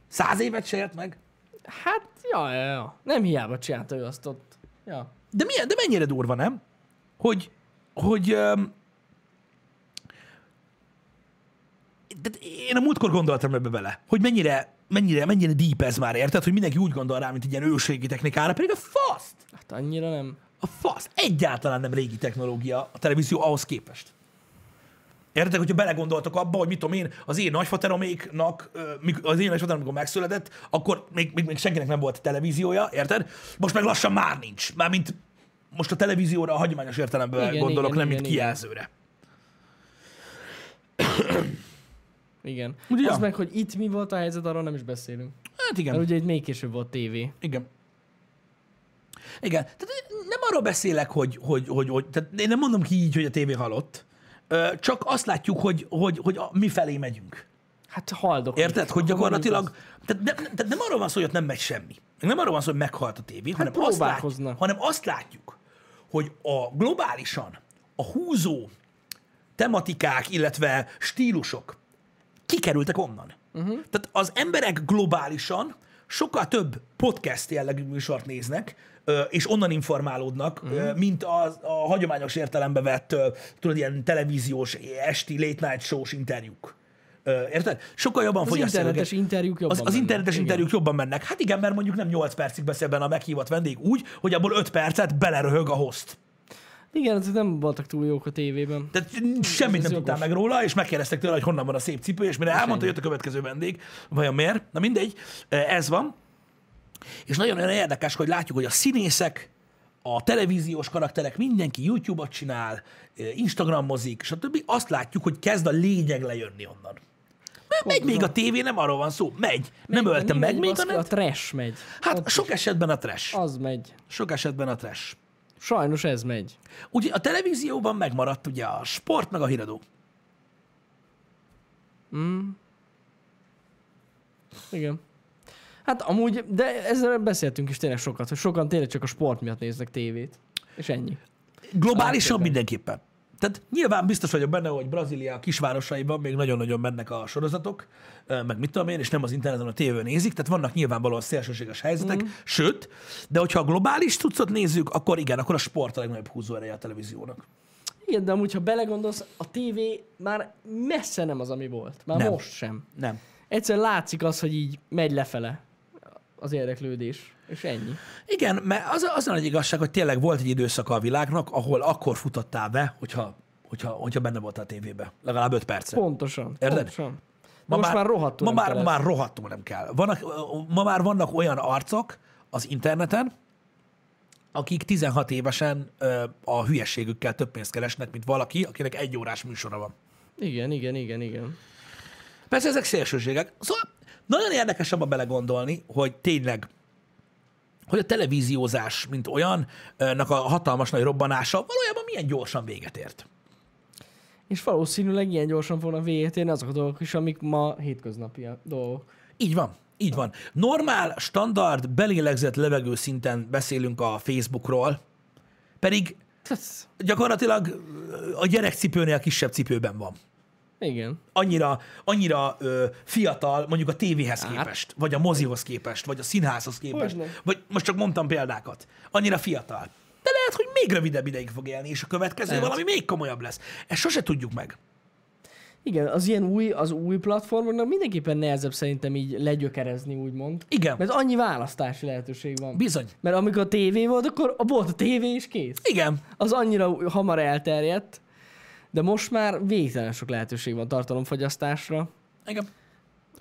Speaker 1: száz évet se élt meg.
Speaker 2: Hát, ja, ja, ja. Nem hiába csinálta ő azt ott. Ja.
Speaker 1: De, milyen, de mennyire durva, nem? Hogy, hogy öm, de én a múltkor gondoltam ebbe bele, hogy mennyire, mennyire, mennyire deep ez már, érted? Hogy mindenki úgy gondol rá, mint egy ilyen őségi technikára, pedig a faszt,
Speaker 2: Hát annyira nem.
Speaker 1: a fasz, egyáltalán nem régi technológia a televízió ahhoz képest. Értek, hogyha belegondoltok abba, hogy mit tudom én, az én nagyfateroméknak, ö, mik- az én nagyfaterom, amikor megszületett, akkor még, még, még senkinek nem volt televíziója, érted? Most meg lassan már nincs. Mármint most a televízióra a hagyományos értelemben
Speaker 2: Igen,
Speaker 1: gondolok,
Speaker 2: igen,
Speaker 1: nem
Speaker 2: igen,
Speaker 1: mint
Speaker 2: igen.
Speaker 1: kijelzőre.
Speaker 2: Igen.
Speaker 1: Ugye?
Speaker 2: Az meg, hogy itt mi volt a helyzet, arról nem is beszélünk.
Speaker 1: Hát igen.
Speaker 2: Mert ugye itt még később volt tévé.
Speaker 1: Igen. Igen. Tehát nem arról beszélek, hogy, hogy, hogy, hogy tehát én nem mondom ki így, hogy a tévé halott, Ö, csak azt látjuk, hogy, hogy, hogy a, mi felé megyünk.
Speaker 2: Hát haldok.
Speaker 1: Érted? Hogy gyakorlatilag, tehát nem, nem- tehát nem arról van szó, hogy ott nem megy semmi. Meg Nem arról van szó, hogy meghalt a tévé, hanem, azt látjuk,
Speaker 2: próbálkoznak.
Speaker 1: hanem azt látjuk, hogy a globálisan a húzó tematikák, illetve stílusok kikerültek onnan. Uh-huh. Tehát az emberek globálisan sokkal több podcast jellegű műsort néznek, ö, és onnan informálódnak,
Speaker 2: Mhm.
Speaker 1: uh-huh. mint az, a hagyományos értelembe vett, ö, tudod, ilyen televíziós, esti, late night shows interjúk. Ö, Érted? Sokkal jobban
Speaker 2: Az
Speaker 1: fogyasztják őket.
Speaker 2: internetes interjúk jobban
Speaker 1: Az, az internetes
Speaker 2: mennek.
Speaker 1: interjúk jobban mennek. Hát igen, mert mondjuk nem 8 percig beszél benne a meghívott vendég úgy, hogy abból 5 percet beleröhög a host.
Speaker 2: Igen, Igen azok nem voltak túl jók a tévében.
Speaker 1: Tehát semmit
Speaker 2: Ez
Speaker 1: nem
Speaker 2: jogos.
Speaker 1: tudtál meg róla, és megkérdeztek tőle, hogy honnan van a szép cipő, és mire elmondta, hogy jött a következő vendég, vajon miért? Na mindegy, eh, ez van. És nagyon-nagyon érdekes, hogy látjuk, hogy a színészek, a televíziós karakterek, mindenki YouTube-ot csinál, eh, Instagramozik, stb. Azt látjuk, hogy kezd a lényeg lejönni onnan. Mert megy még a tévé, nem arról van szó, megy. Nem öltem
Speaker 2: Mi
Speaker 1: meg
Speaker 2: megy,
Speaker 1: még,
Speaker 2: baszki?
Speaker 1: hanem
Speaker 2: A trash megy.
Speaker 1: Hát
Speaker 2: Ott
Speaker 1: sok esetben a trash.
Speaker 2: az megy.
Speaker 1: Sok esetben a trash.
Speaker 2: Sajnos ez megy.
Speaker 1: Ugye a televízióban megmaradt ugye a sport meg a híradó.
Speaker 2: Igen. Hát amúgy, de ezzel beszéltünk is tényleg sokat, hogy sokan tényleg csak a sport miatt néznek tévét. És ennyi.
Speaker 1: Globálisan
Speaker 2: Alapvetően.
Speaker 1: mindenképpen. Tehát nyilván biztos vagyok benne, hogy Brazília kisvárosaiban még nagyon-nagyon mennek a sorozatok, ö, meg mit tudom én, és nem az interneten, a tévőn nézik, tehát vannak nyilvánvalóan szélsőséges helyzetek, mm. sőt, de hogyha a globális cuccot nézzük, akkor igen, akkor a sport a legnagyobb húzóereje a televíziónak.
Speaker 2: Igen, de amúgy, ha belegondolsz, a tévé már messze nem az, ami volt. Már
Speaker 1: Nem.
Speaker 2: most sem.
Speaker 1: Nem.
Speaker 2: Egyszerűen látszik az, hogy így megy lefele az érdeklődés, és ennyi.
Speaker 1: Igen, mert az, az a nagy igazság, hogy tényleg volt egy időszaka a világnak, ahol akkor futottál be, hogyha hogyha, hogyha benne voltál a tévében. Legalább 5 percre.
Speaker 2: Pontosan.
Speaker 1: Érted?
Speaker 2: Pontosan. Ma most már, rohadtul
Speaker 1: ma
Speaker 2: nem
Speaker 1: már,
Speaker 2: kell
Speaker 1: ma
Speaker 2: ez.
Speaker 1: már rohadtul nem kell. Vannak, ma már vannak olyan arcok az interneten, akik 16 évesen ö, a hülyeségükkel több pénzt keresnek, mint valaki, akinek egy órás műsora van.
Speaker 2: Igen, igen, igen, igen.
Speaker 1: Persze ezek szélsőségek. Szóval nagyon érdekes abba belegondolni, hogy tényleg, hogy a televíziózás, mint olyan, nak a hatalmas nagy robbanása valójában milyen gyorsan véget ért.
Speaker 2: És valószínűleg ilyen gyorsan fognak véget érni azok a dolgok is, amik ma hétköznapi a dolgok.
Speaker 1: Így van, így van. Normál, standard, belélegzett levegőszinten beszélünk a Facebookról, pedig
Speaker 2: Tesz.
Speaker 1: gyakorlatilag a gyerekcipőnél kisebb cipőben van.
Speaker 2: Igen.
Speaker 1: Annyira, annyira ö, fiatal, mondjuk a tévéhez
Speaker 2: Hát.
Speaker 1: képest, vagy a mozihoz képest, vagy a színházhoz képest,
Speaker 2: Hogyne.
Speaker 1: vagy most csak mondtam példákat. Annyira fiatal. De lehet, hogy még rövidebb ideig fog élni, és a következő
Speaker 2: Lehet.
Speaker 1: valami még komolyabb lesz. Ezt sose tudjuk meg.
Speaker 2: Igen, az ilyen új, az új platformoknak mindenképpen nehezebb szerintem így legyökerezni, úgymond.
Speaker 1: Igen,
Speaker 2: Mert annyi választási lehetőség van.
Speaker 1: bizony.
Speaker 2: Mert amikor a tévé volt, akkor a- volt a tévé és kész.
Speaker 1: Igen,
Speaker 2: Az annyira hamar elterjedt, de most már végtelen sok lehetőség van tartalomfogyasztásra.
Speaker 1: igen.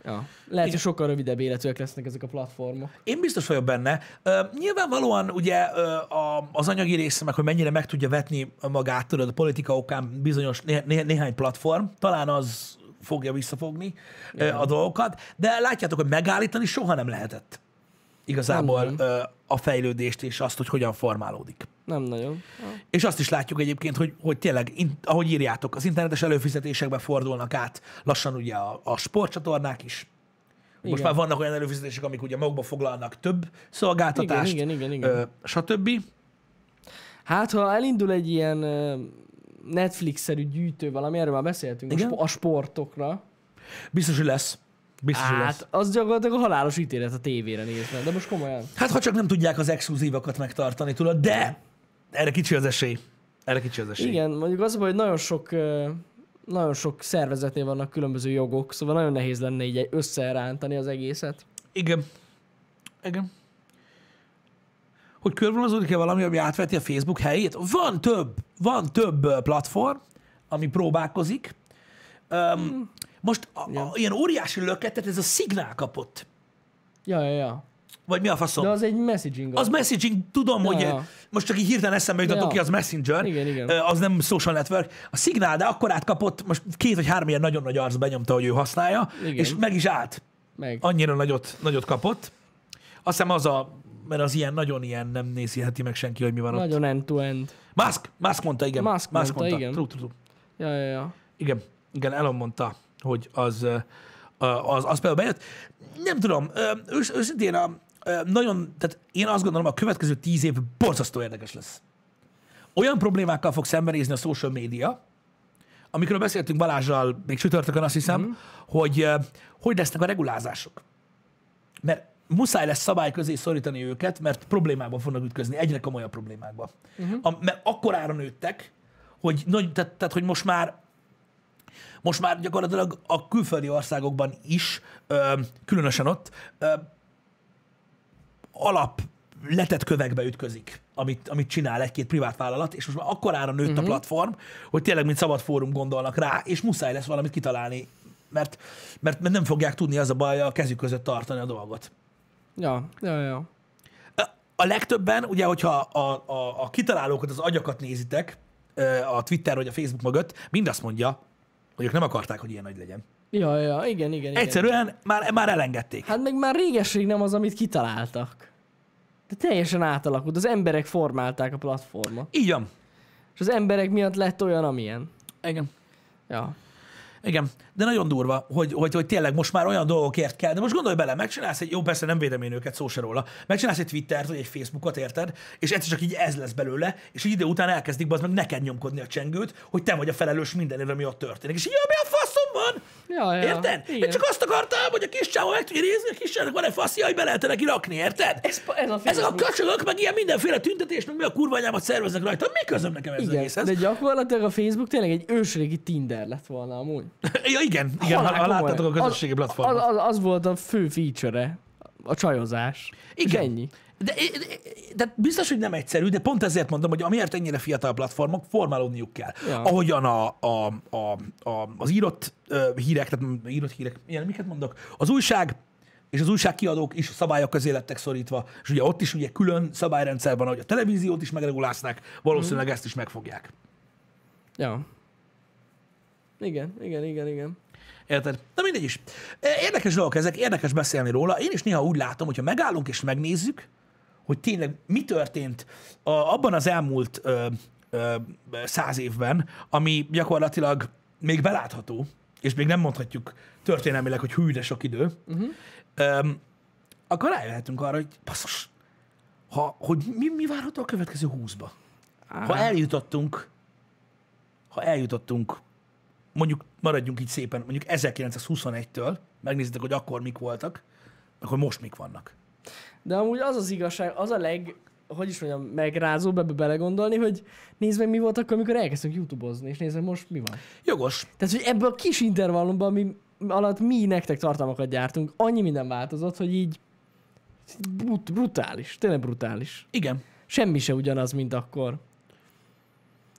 Speaker 2: Ja. Lehet,
Speaker 1: Igen.
Speaker 2: hogy sokkal rövidebb életűek lesznek ezek a platformok.
Speaker 1: Én biztos vagyok benne. Ö, nyilvánvalóan ugye ö, a, az anyagi része, meg hogy mennyire meg tudja vetni magát, tudod, a politika okán bizonyos né, né, néhány platform, talán az fogja visszafogni ö, a dolgokat, de látjátok, hogy megállítani soha nem lehetett igazából
Speaker 2: Nem,
Speaker 1: ö, a fejlődést és azt, hogy hogyan formálódik.
Speaker 2: Nem nagyon.
Speaker 1: És azt is látjuk egyébként, hogy, hogy tényleg, in, ahogy írjátok, az internetes előfizetésekbe fordulnak át lassan ugye a, a sportcsatornák is. Most
Speaker 2: Igen.
Speaker 1: már vannak olyan előfizetések, amik ugye magukba foglalnak több szolgáltatást,
Speaker 2: Igen, igen, igen, igen.
Speaker 1: Ö, stb.
Speaker 2: Hát, ha elindul egy ilyen ö, Netflix-szerű gyűjtő, valami, erről már beszéltünk, a
Speaker 1: Igen?
Speaker 2: spo- a sportokra.
Speaker 1: Biztos, hogy lesz. Biztos, hogy lesz.
Speaker 2: Hát, az gyakorlatilag a halálos ítélet a tévére nézve, de most komolyan.
Speaker 1: Hát ha csak nem tudják az exkluzívakat megtartani, tudod, de erre kicsi az esély. Erre kicsi az esély.
Speaker 2: Igen, mondjuk az a baj, hogy nagyon sok, ö, nagyon sok szervezetnél vannak különböző jogok, szóval nagyon nehéz lenne így összerántani az egészet.
Speaker 1: Igen. Igen. Hogy körvonalazódik-e valami, ami átveti a Facebook helyét? Van több, van több ö, platform, ami próbálkozik.
Speaker 2: Hmm.
Speaker 1: Um, most a, a, ilyen óriási löketet ez a szignál kapott.
Speaker 2: Ja, ja, ja.
Speaker 1: Vagy mi a faszom?
Speaker 2: De az egy messaging.
Speaker 1: Az messaging, tudom,
Speaker 2: Ja,
Speaker 1: hogy
Speaker 2: ja.
Speaker 1: most csak így hirtelen eszembe jutott,
Speaker 2: Ja.
Speaker 1: oké, az messenger,
Speaker 2: Igen, igen.
Speaker 1: ö, az nem social network. A Signal, de akkor átkapott, most két vagy három ilyen nagyon nagy arc benyomta, hogy ő használja,
Speaker 2: Igen.
Speaker 1: és meg is állt.
Speaker 2: Meg.
Speaker 1: Annyira nagyot, nagyot kapott. Azt hiszem az a, mert az ilyen nagyon ilyen nem nézheti meg senki, hogy mi van ott.
Speaker 2: Nagyon end-to-end.
Speaker 1: Musk, Musk mondta, igen.
Speaker 2: Musk mondta, igen.
Speaker 1: True, true, true.
Speaker 2: Ja, ja, ja.
Speaker 1: Igen, igen, Elon mondta, hogy az, ö, az, az például bejött. Nem tudom, ö, ős, őszintén a, ö, nagyon, tehát én azt gondolom, a következő tíz év borzasztó érdekes lesz. Olyan problémákkal fog szembenézni a social média, amikről beszéltünk Balázsral még csütörtökön azt hiszem, mm. hogy ö, hogy lesznek a regulázások. Mert muszáj lesz szabály közé szorítani őket, mert problémába fognak ütközni, egyre komolyabb problémákba. Uh-huh. A, mert akkorára nőttek, hogy, nagy, tehát, tehát, hogy most már most már gyakorlatilag a külföldi országokban is, ö, különösen ott, ö, alap letett kövekbe ütközik, amit, amit csinál egy-két privát vállalat, és most már akkorára nőtt uh-huh. a platform, hogy tényleg, mint szabad fórum gondolnak rá, és muszáj lesz valamit kitalálni, mert, mert, mert nem fogják tudni az a baj a kezük között tartani a dolgot.
Speaker 2: Ja, ja, ja.
Speaker 1: A legtöbben, ugye, hogyha a, a, a kitalálókat, az agyakat nézitek, ö, a Twitter vagy a Facebook mögött, mind azt mondja, hogy ők nem akarták, hogy ilyen nagy legyen.
Speaker 2: Ja, ja, igen, igen, igen.
Speaker 1: Egyszerűen már, már elengedték.
Speaker 2: Hát meg már régeség nem az, amit kitaláltak. De teljesen átalakult. Az emberek formálták a platformot.
Speaker 1: Így van.
Speaker 2: És az emberek miatt lett olyan, amilyen.
Speaker 1: Igen.
Speaker 2: Ja.
Speaker 1: Igen, de nagyon durva, hogy, hogy, hogy tényleg most már olyan dolgokért kell, de most gondolj bele, megcsinálsz egy, jó persze nem védem én őket, szó se róla, megcsinálsz egy Twittert vagy egy Facebookot, érted, és egyszer csak így ez lesz belőle, és így idő után elkezdik az meg neked nyomkodni a csengőt, hogy te vagy a felelős mindenért, ami ott történik, és így, ja, mi a faszom van?
Speaker 2: Ja, ja.
Speaker 1: Érted?
Speaker 2: Igen.
Speaker 1: Én csak azt akartam, hogy a kis csávó meg tudja nézni, a kis csávónak van egy faszja, hogy be lehet neki rakni, érted?
Speaker 2: Ez, ez
Speaker 1: Ezek
Speaker 2: a
Speaker 1: a
Speaker 2: Facebook.
Speaker 1: köcsögök, meg ilyen mindenféle tüntetés, meg mi a kurva anyámat szerveznek rajta, mi közöm nekem ez
Speaker 2: Igen,
Speaker 1: egészhez?
Speaker 2: de gyakorlatilag a Facebook tényleg egy ősrégi Tinder lett volna amúgy.
Speaker 1: Ja, igen, igen, ha,
Speaker 2: Halál
Speaker 1: ha láttátok a
Speaker 2: komolyan.
Speaker 1: közösségi
Speaker 2: Az-
Speaker 1: platformot.
Speaker 2: Az, az, az volt a fő feature -e, a csajozás. És
Speaker 1: Igen.
Speaker 2: ennyi.
Speaker 1: De, de, de biztos, hogy nem egyszerű, de pont ezért mondom, hogy amiért ennyire fiatal platformok, formálódniuk kell.
Speaker 2: Ja.
Speaker 1: Ja. Ahogyan a, a, a, a, az írott ö, hírek, tehát m- írott hírek, ilyen, miket mondok? Az újság és az újságkiadók is szabályok közé lettek szorítva, és ugye ott is ugye külön szabályrendszer van, hogy a televíziót is megreguláznak, valószínűleg
Speaker 2: Mhm.
Speaker 1: ezt is megfogják.
Speaker 2: Ja. Igen, igen, igen, igen.
Speaker 1: Érted? Na mindegy is. Érdekes dolgok ezek, érdekes beszélni róla. Én is néha úgy látom, hogyha megállunk és megnézzük, hogy tényleg mi történt a, abban az elmúlt ö, ö, száz évben, ami gyakorlatilag még belátható, és még nem mondhatjuk történelmileg, hogy hű, de sok idő, uh-huh. ö, akkor rájöhetünk arra, hogy basszus, ha, hogy mi, mi várható a következő húszba? Ha eljutottunk, ha eljutottunk, mondjuk maradjunk így szépen, mondjuk 1921-től, megnézzétek, hogy akkor mik voltak, akkor most mik vannak.
Speaker 2: De amúgy az az igazság, az a leg, hogy is mondjam, megrázóbb ebbe belegondolni, hogy nézd meg mi volt akkor, amikor elkezdtünk YouTube-ozni, és nézd meg most mi van.
Speaker 1: Jogos.
Speaker 2: Tehát, hogy ebből a kis intervallumban, ami alatt mi nektek tartalmakat gyártunk, annyi minden változott, hogy így brut- brutális, tényleg brutális.
Speaker 1: Igen.
Speaker 2: Semmi se ugyanaz, mint akkor.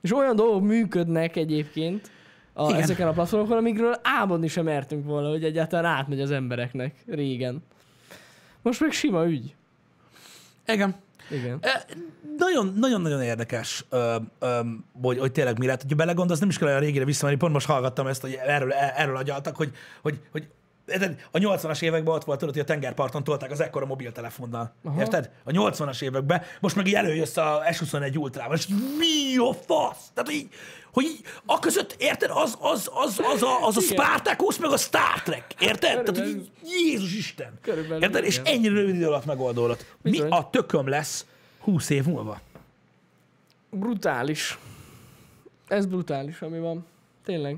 Speaker 2: És olyan dolgok működnek egyébként a,
Speaker 1: Igen.
Speaker 2: ezeken a platformokon, amikről álmodni sem mertünk volna, hogy egyáltalán átmegy az embereknek régen. Most meg sima ügy.
Speaker 1: Igen.
Speaker 2: Igen.
Speaker 1: E, Nagyon, nagyon-nagyon érdekes, ö, ö, hogy, hogy tényleg mi lett. Ha belegondolsz, nem is kell olyan régére visszamenni, pont most hallgattam ezt, hogy erről, erről agyaltak, hogy, hogy, hogy érted, a 80-as években ott volt, tudod, hogy a tengerparton tolták az ekkora mobiltelefonnal.
Speaker 2: Aha.
Speaker 1: Aha. Érted? A 80-as években, most meg így előjössz a S21 Ultrával, és mi a fasz? Tehát, hogy így, hogy így, a között, érted, az, az, az, az, a, az a
Speaker 2: Igen.
Speaker 1: Spartacus, meg a Star Trek, érted? Tehát, hogy így, Jézus Isten!
Speaker 2: Körülbelül,
Speaker 1: Érted? És
Speaker 2: igen.
Speaker 1: ennyire rövid idő alatt megoldódott. Mi
Speaker 2: Bizony.
Speaker 1: a tököm lesz 20 év múlva?
Speaker 2: Brutális. Ez brutális, ami van. Tényleg.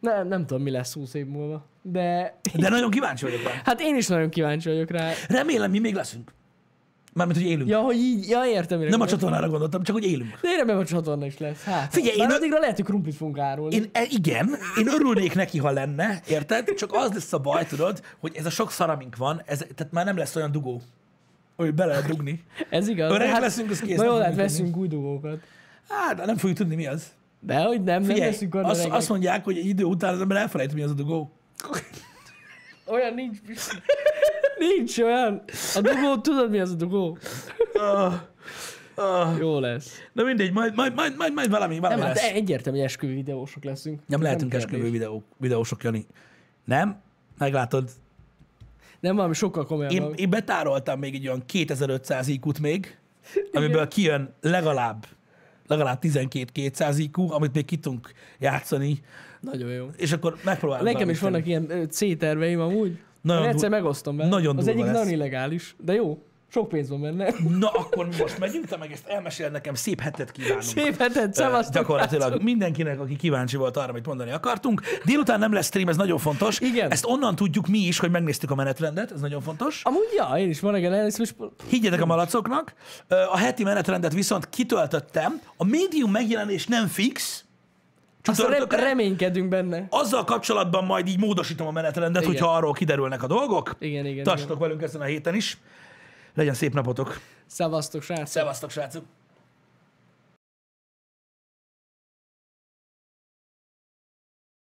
Speaker 2: Nem, nem tudom, mi lesz 20 év múlva. De
Speaker 1: De nagyon kíváncsi vagyok rá.
Speaker 2: hát én is nagyon kíváncsi vagyok rá.
Speaker 1: Remélem, mi még leszünk. Mármint, hogy élünk. Ja,
Speaker 2: Ja, hogy így, ja értem.
Speaker 1: nem a
Speaker 2: mire gondolsz.
Speaker 1: csatornára gondoltam, csak hogy élünk.
Speaker 2: De érem, a csatorna is lesz. Hát,
Speaker 1: Figyelj,
Speaker 2: Bár
Speaker 1: én-
Speaker 2: addigra lehet, hogy krumplit fogunk árulni.
Speaker 1: Én, e, igen, én örülnék neki, ha lenne, érted? Csak az lesz a baj, tudod, hogy ez a sok szaramink van, ez, tehát már nem lesz olyan dugó, hogy bele lehet dugni.
Speaker 2: Ez igaz.
Speaker 1: Öreg
Speaker 2: de
Speaker 1: leszünk, az kész,
Speaker 2: Na
Speaker 1: nem
Speaker 2: jó,
Speaker 1: fogunk
Speaker 2: hát
Speaker 1: tudni.
Speaker 2: veszünk új dugókat.
Speaker 1: Hát, de nem fogjuk tudni, mi az.
Speaker 2: De hogy nem, nem
Speaker 1: Figyelj,
Speaker 2: leszünk arra
Speaker 1: azt,
Speaker 2: azt,
Speaker 1: azt mondják, hogy egy idő után az ember elfelejt, mi az a dugó.
Speaker 2: Olyan nincs. nincs olyan. A dugó, tudod mi az a dugó?
Speaker 1: Ah, ah.
Speaker 2: Jó lesz.
Speaker 1: Na mindegy, majd, majd, majd, majd, majd valami, valami
Speaker 2: Nem, hát
Speaker 1: lesz.
Speaker 2: egyértelmű, hogy esküvő videósok leszünk.
Speaker 1: Nem lehetünk
Speaker 2: kérdés.
Speaker 1: esküvő videó, videósok, Jani. Nem? Meglátod.
Speaker 2: Nem, valami sokkal komolyabb.
Speaker 1: Én, én betároltam még egy olyan 2500 IQ-t még, amiből kijön legalább legalább 12 200 IQ, amit még ki tudunk játszani,
Speaker 2: Nagyon jó.
Speaker 1: és akkor megpróbálunk.
Speaker 2: Nekem
Speaker 1: valamit
Speaker 2: is vannak ilyen ö, C terveim amúgy.
Speaker 1: Nagyon
Speaker 2: Nagyon egyszer
Speaker 1: dur-
Speaker 2: megosztom vele.
Speaker 1: nagyon
Speaker 2: Az
Speaker 1: durva
Speaker 2: egyik
Speaker 1: lesz.
Speaker 2: nagyon illegális, de jó. Sok pénz van benne.
Speaker 1: tenni. Na, akkor mi most megyünk, te meg ezt elmesél nekem, szép hetet kívánunk.
Speaker 2: Szép hetet,
Speaker 1: Ö,
Speaker 2: szevasztok.
Speaker 1: Gyakorlatilag mindenkinek, aki kíváncsi volt arra, amit mondani akartunk. Délután nem lesz stream, ez nagyon fontos.
Speaker 2: Igen.
Speaker 1: Ezt onnan tudjuk mi is, hogy megnéztük a menetrendet, ez nagyon fontos.
Speaker 2: Amúgy ja, én is ma reggel elnéztem, és
Speaker 1: Higgyetek a malacoknak, ö, a heti menetrendet viszont kitöltöttem. A médium megjelenés nem fix.
Speaker 2: aztán re-
Speaker 1: Csütörtökre.
Speaker 2: reménykedünk benne.
Speaker 1: Azzal kapcsolatban majd így módosítom a menetrendet,
Speaker 2: Igen.
Speaker 1: hogyha arról kiderülnek a dolgok.
Speaker 2: Igen, igen. igen.
Speaker 1: Tartsatok velünk ezen a héten is. Legyen szép napotok.
Speaker 2: Szevasztok, srácok.
Speaker 1: Szevasztok, srácok!